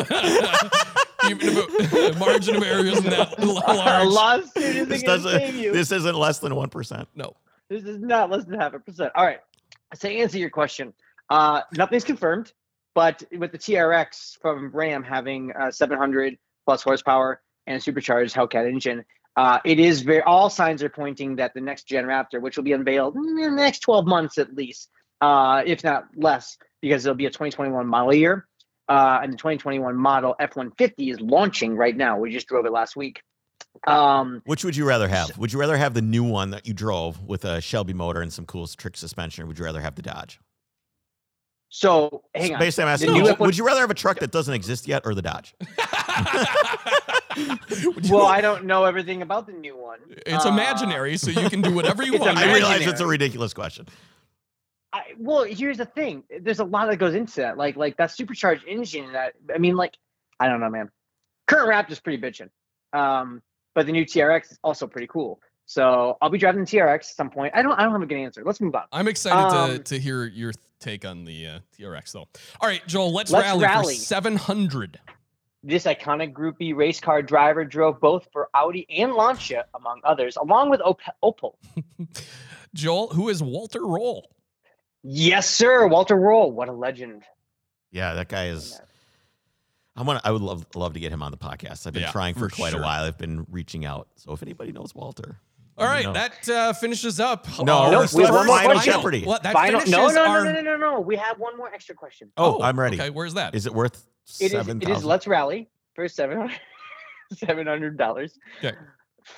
Speaker 2: Even if it- margin of error isn't that l-
Speaker 3: A
Speaker 2: large.
Speaker 3: lawsuit isn't
Speaker 1: this
Speaker 3: going to save
Speaker 1: doesn't.
Speaker 3: you.
Speaker 1: This isn't less than one percent.
Speaker 2: No.
Speaker 3: This is not less than half a percent. All right. So to answer your question, uh, nothing's confirmed, but with the TRX from Ram having uh, 700 plus horsepower and a supercharged Hellcat engine, uh, it is very. All signs are pointing that the next gen Raptor, which will be unveiled in the next 12 months at least, uh, if not less, because it'll be a 2021 model year. Uh, and the 2021 model F-150 is launching right now. We just drove it last week. Um,
Speaker 1: Which would you rather have? Would you rather have the new one that you drove with a Shelby motor and some cool trick suspension, or would you rather have the Dodge?
Speaker 3: so hang on.
Speaker 1: Basically, I'm asking.
Speaker 3: The
Speaker 1: you,
Speaker 3: new
Speaker 1: would,
Speaker 3: F one-
Speaker 1: you rather have a truck that doesn't exist yet, or the Dodge?
Speaker 2: Would you-
Speaker 3: Well, I don't know everything about the new one.
Speaker 2: it's
Speaker 3: Uh,
Speaker 2: imaginary, so you can do whatever you
Speaker 3: It's
Speaker 2: want.
Speaker 1: I realize it's a
Speaker 3: Imaginary.
Speaker 1: ridiculous question.
Speaker 3: I, well, here's the thing. There's a lot that goes into that. Like, like that supercharged engine. That I mean, like, I don't know, man. Current Raptor's pretty bitchin'. Um, but the new TRX is also pretty cool. So I'll be driving the TRX at some point. I don't. I don't have a good answer. Let's move on.
Speaker 2: I'm excited to,
Speaker 3: Um,
Speaker 2: to hear your th- take on the uh, TRX, though. All right, Joel, let's,
Speaker 3: Let's
Speaker 2: rally,
Speaker 3: rally.
Speaker 2: for 700.
Speaker 3: This iconic Group B race car driver drove both for Audi and Lancia, among others, along with Op- Opel.
Speaker 2: Joel, who is Walter Roll?
Speaker 3: Yes, sir. Walter Roll. What a legend.
Speaker 1: Yeah, that guy is. I'm gonna. I would love love to get him on the podcast. I've been
Speaker 2: Yeah,
Speaker 1: trying for,
Speaker 2: for
Speaker 1: quite
Speaker 2: sure.
Speaker 1: a while. I've been reaching out. So if anybody knows Walter,
Speaker 2: All
Speaker 1: let me
Speaker 2: right,
Speaker 1: know.
Speaker 2: that uh, finishes up.
Speaker 1: No,
Speaker 2: our
Speaker 3: Nope, we have one more
Speaker 2: final
Speaker 3: question.
Speaker 2: Jeopardy. Well, that
Speaker 3: Final.
Speaker 2: finishes
Speaker 3: No, no, no,
Speaker 2: our-
Speaker 3: no, no, no, no. We have one more extra question.
Speaker 1: Oh, I'm ready.
Speaker 2: Okay, where's that?
Speaker 1: Is it worth
Speaker 3: It is.
Speaker 1: seven
Speaker 3: It is.
Speaker 1: thousand?
Speaker 3: Let's rally for seven hundred dollars.
Speaker 2: Okay.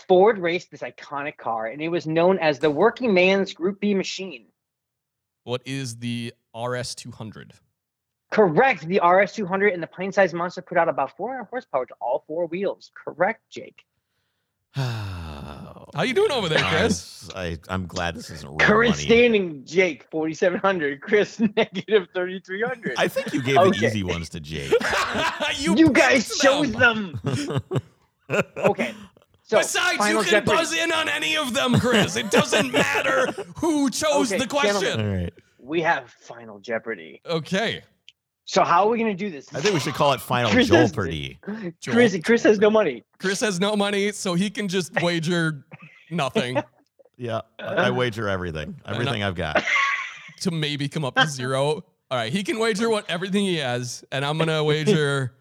Speaker 3: Ford raced this iconic car, and it was known as the working man's Group B machine.
Speaker 2: What is the RS200?
Speaker 3: Correct. The RS200 and the Pine Size Monster put out about 400 horsepower to all four wheels. Correct, Jake.
Speaker 1: How
Speaker 2: How you doing over there, Chris?
Speaker 1: I, I'm glad this isn't real
Speaker 3: Current
Speaker 1: money.
Speaker 3: standing, Jake, 4,700. Chris, negative 3,300.
Speaker 1: I think you gave
Speaker 3: Okay.
Speaker 1: the easy ones to Jake.
Speaker 3: You, guys
Speaker 2: picked
Speaker 3: chose them. Okay. So,
Speaker 2: Besides, you
Speaker 3: Final
Speaker 2: can
Speaker 3: Jeopardy.
Speaker 2: buzz in on any of them, Chris. It doesn't matter who chose
Speaker 3: Okay,
Speaker 2: the question.
Speaker 1: All
Speaker 3: gentlemen.
Speaker 1: right.
Speaker 3: we have Final Jeopardy.
Speaker 2: Okay.
Speaker 3: So, how are we going to do this?
Speaker 1: I think we should call it Final
Speaker 3: Chris
Speaker 1: Joel
Speaker 3: is-
Speaker 1: Purdy.
Speaker 2: Joel.
Speaker 3: Chris, Chris has no money.
Speaker 2: Chris has no money, so he can just wager nothing
Speaker 1: Yeah. I
Speaker 3: Uh-huh.
Speaker 1: I wager everything.
Speaker 2: know.
Speaker 1: Everything I've got.
Speaker 2: to maybe come up to zero. All right, he can wager what everything he has, and I'm gonna wager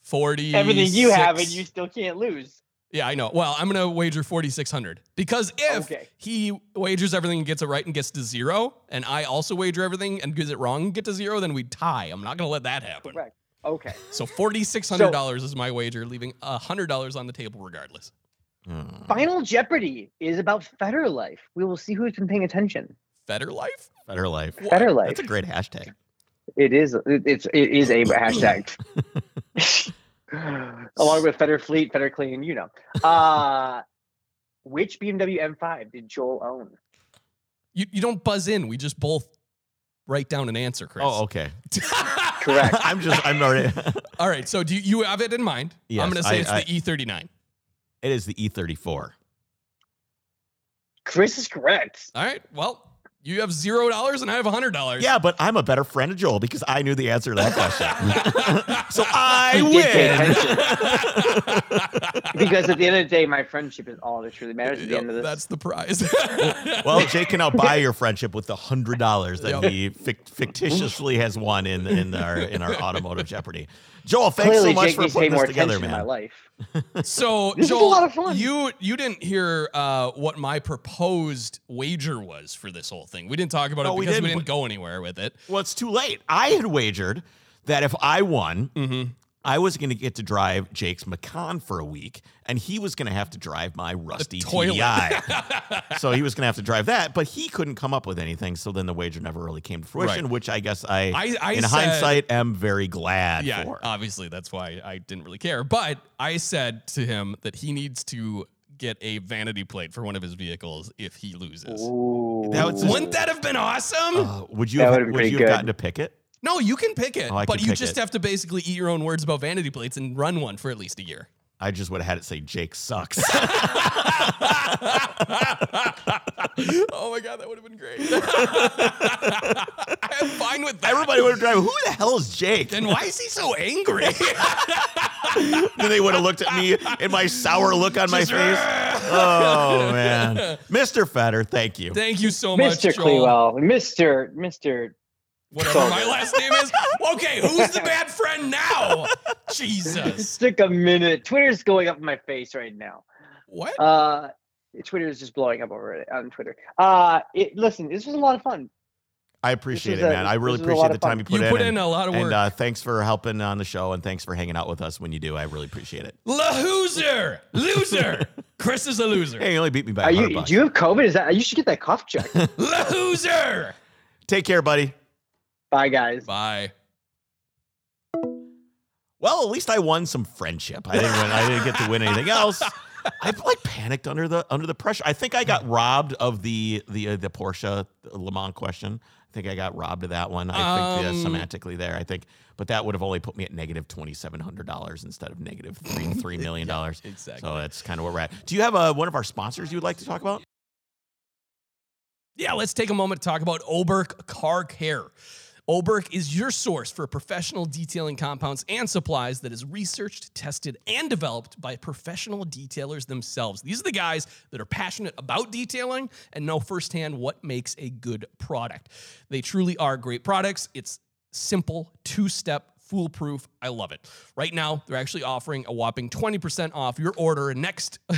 Speaker 2: forty.
Speaker 3: Everything you have, and you still can't lose.
Speaker 2: Yeah, I know. Well, I'm gonna wager forty six hundred because if
Speaker 3: Okay.
Speaker 2: he wagers everything and gets it right and gets to zero, and I also wager everything and gets it wrong and get to zero, then we tie. I'm not gonna let that happen.
Speaker 3: Correct. Okay.
Speaker 2: So forty six hundred dollars is my wager, leaving hundred dollars on the table regardless.
Speaker 1: Hmm.
Speaker 3: Final Jeopardy is about Fetter life. We will see who's been paying attention.
Speaker 2: Better life.
Speaker 1: Better life.
Speaker 2: What?
Speaker 3: Fetter life.
Speaker 1: That's a great hashtag.
Speaker 3: It is. It, it's. It is a hashtag. Along with Fetter Fleet, Fetter Clean, you know. Uh which BMW M5 did Joel own?
Speaker 2: You you don't buzz in. We just both write down an answer, Chris.
Speaker 1: Oh, okay.
Speaker 3: Correct.
Speaker 1: I'm just, I'm already.
Speaker 2: All right. So do you, you have it in mind?
Speaker 1: Yes,
Speaker 2: I'm going to say
Speaker 1: I-
Speaker 2: it's
Speaker 1: I-
Speaker 2: the E E39.
Speaker 1: It is the E E34.
Speaker 3: Chris is correct.
Speaker 2: All right. Well, you have zero dollars and I have a hundred dollars.
Speaker 1: Yeah, but I'm a better friend of Joel because I knew the answer to that question. so I
Speaker 3: He did pay attention.
Speaker 1: win.
Speaker 3: Because at the end of the day, my friendship is all that truly matters at the end of this.
Speaker 2: That's the prize.
Speaker 1: well, Jake can now buy your friendship with the hundred dollars that
Speaker 2: Yep.
Speaker 1: he fic- fictitiously has won in in our in our automotive jeopardy. Joel, thanks
Speaker 3: Clearly,
Speaker 1: so much
Speaker 3: Jake
Speaker 1: for
Speaker 3: needs to pay
Speaker 1: putting
Speaker 3: more
Speaker 1: this together,
Speaker 3: attention to my
Speaker 1: man.
Speaker 3: life.
Speaker 2: so
Speaker 3: This is a
Speaker 2: Joel,
Speaker 3: lot of fun.
Speaker 2: you you didn't hear uh, what my proposed wager was for this whole thing. We didn't talk about
Speaker 1: No,
Speaker 2: it
Speaker 1: we
Speaker 2: because we
Speaker 1: didn't.
Speaker 2: didn't go anywhere with it.
Speaker 1: Well, it's too late. I had wagered that if I won,
Speaker 2: Mm-hmm.
Speaker 1: I was going to get to drive Jake's Macan for a week, and he was going to have to drive my rusty
Speaker 2: toilet.
Speaker 1: TDI. so he was going to have to drive that, but he couldn't come up with anything. So then the wager never really came to fruition,
Speaker 2: Right.
Speaker 1: which I guess I,
Speaker 2: I, I
Speaker 1: in
Speaker 2: said-
Speaker 1: hindsight, am very glad
Speaker 2: yeah,
Speaker 1: for.
Speaker 2: obviously that's why I didn't really care. But I said to him that he needs to get a vanity plate for one of his vehicles if he loses.
Speaker 3: Ooh.
Speaker 1: That was just-
Speaker 2: Wouldn't that have been awesome?
Speaker 1: Uh, would you
Speaker 3: That
Speaker 1: have,
Speaker 3: would've been
Speaker 1: would
Speaker 3: pretty
Speaker 1: you have
Speaker 3: good.
Speaker 1: gotten to pick it?
Speaker 2: no, you can pick it,
Speaker 1: Oh, I
Speaker 2: but
Speaker 1: can
Speaker 2: you
Speaker 1: pick
Speaker 2: just
Speaker 1: it.
Speaker 2: have to basically eat your own words about vanity plates and run one for at least a year.
Speaker 1: I just would have had it say Jake sucks.
Speaker 2: oh my god, that would have been great. I'm fine with that.
Speaker 1: Everybody would have driven. Who the hell is Jake?
Speaker 2: Then why is he so angry?
Speaker 1: then they would have looked at me and my sour look on my
Speaker 2: Just-
Speaker 1: face. Oh man, Mr. Fetter, thank you.
Speaker 2: Thank you so much,
Speaker 3: Mr.
Speaker 2: Joel.
Speaker 3: Clewell, Mr. Mr.
Speaker 2: Whatever
Speaker 3: So-
Speaker 2: my last name is. Okay, who's the bad friend now?
Speaker 3: It
Speaker 2: Jesus.
Speaker 3: took a minute. Twitter's going up in my face right now.
Speaker 2: What?
Speaker 3: Uh, Twitter is just blowing up over it on Twitter. Uh, it, listen, this was a lot of fun.
Speaker 1: I appreciate it,
Speaker 3: This was a-
Speaker 1: man. I really
Speaker 3: this was a lot
Speaker 1: appreciate
Speaker 3: of
Speaker 1: the time
Speaker 3: fun.
Speaker 1: you put
Speaker 2: You
Speaker 1: in.
Speaker 2: put
Speaker 1: and-
Speaker 2: in a lot of work.
Speaker 1: And uh, thanks for helping on the show, and thanks for hanging out with us when you do. I really appreciate it.
Speaker 2: Loser, loser. Chris is a loser.
Speaker 1: Hey, you only beat me by
Speaker 3: Are
Speaker 1: 100
Speaker 3: you?
Speaker 1: bucks.
Speaker 3: Do you have COVID? Is that? You should get that cough check.
Speaker 2: Loser.
Speaker 1: Take care, buddy.
Speaker 3: Bye, guys.
Speaker 2: Bye.
Speaker 1: Well, at least I won some friendship. I didn't win. I didn't get to win anything else. I like panicked under the under the pressure. I think I got robbed of the the uh, the Porsche Le Mans question. I think I got robbed of that one. I think yeah,
Speaker 2: Um,
Speaker 1: semantically there. I think, but that would have only put me at negative twenty seven hundred dollars instead of negative three three million dollars.
Speaker 2: Exactly.
Speaker 1: So that's kind of where we're at. Do you have uh, one of our sponsors you would like to talk about?
Speaker 2: Yeah, let's take a moment to talk about Oberk Car Care. Oberk is your source for professional detailing compounds and supplies that is researched, tested, and developed by professional detailers themselves. These are the guys that are passionate about detailing and know firsthand what makes a good product. They truly are great products. It's simple, two step, foolproof. I love it. Right now, they're actually offering a whopping 20% off your order. And next,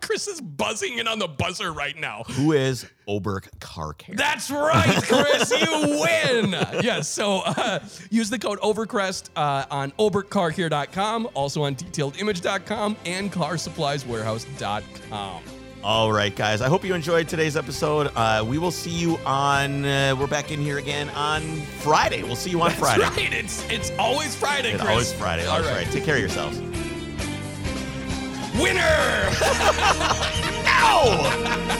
Speaker 2: Chris is buzzing in on the buzzer right now.
Speaker 1: Who is Oberk Car Care?
Speaker 2: That's right, Chris. you win. Yes. So uh, use the code Overcrest uh, on ObertCarCare.com, also on DetailedImage.com, and CarSuppliesWarehouse.com.
Speaker 1: All right, guys. I hope you enjoyed today's episode. Uh, we will see you on. Uh, we're back in here again on Friday. We'll see you on
Speaker 2: That's
Speaker 1: Friday.
Speaker 2: right. It's it's always Friday,
Speaker 1: It's
Speaker 2: Chris.
Speaker 1: always Friday. Always
Speaker 2: All right.
Speaker 1: Friday. Take care of yourselves.
Speaker 2: Winner.
Speaker 1: Ow!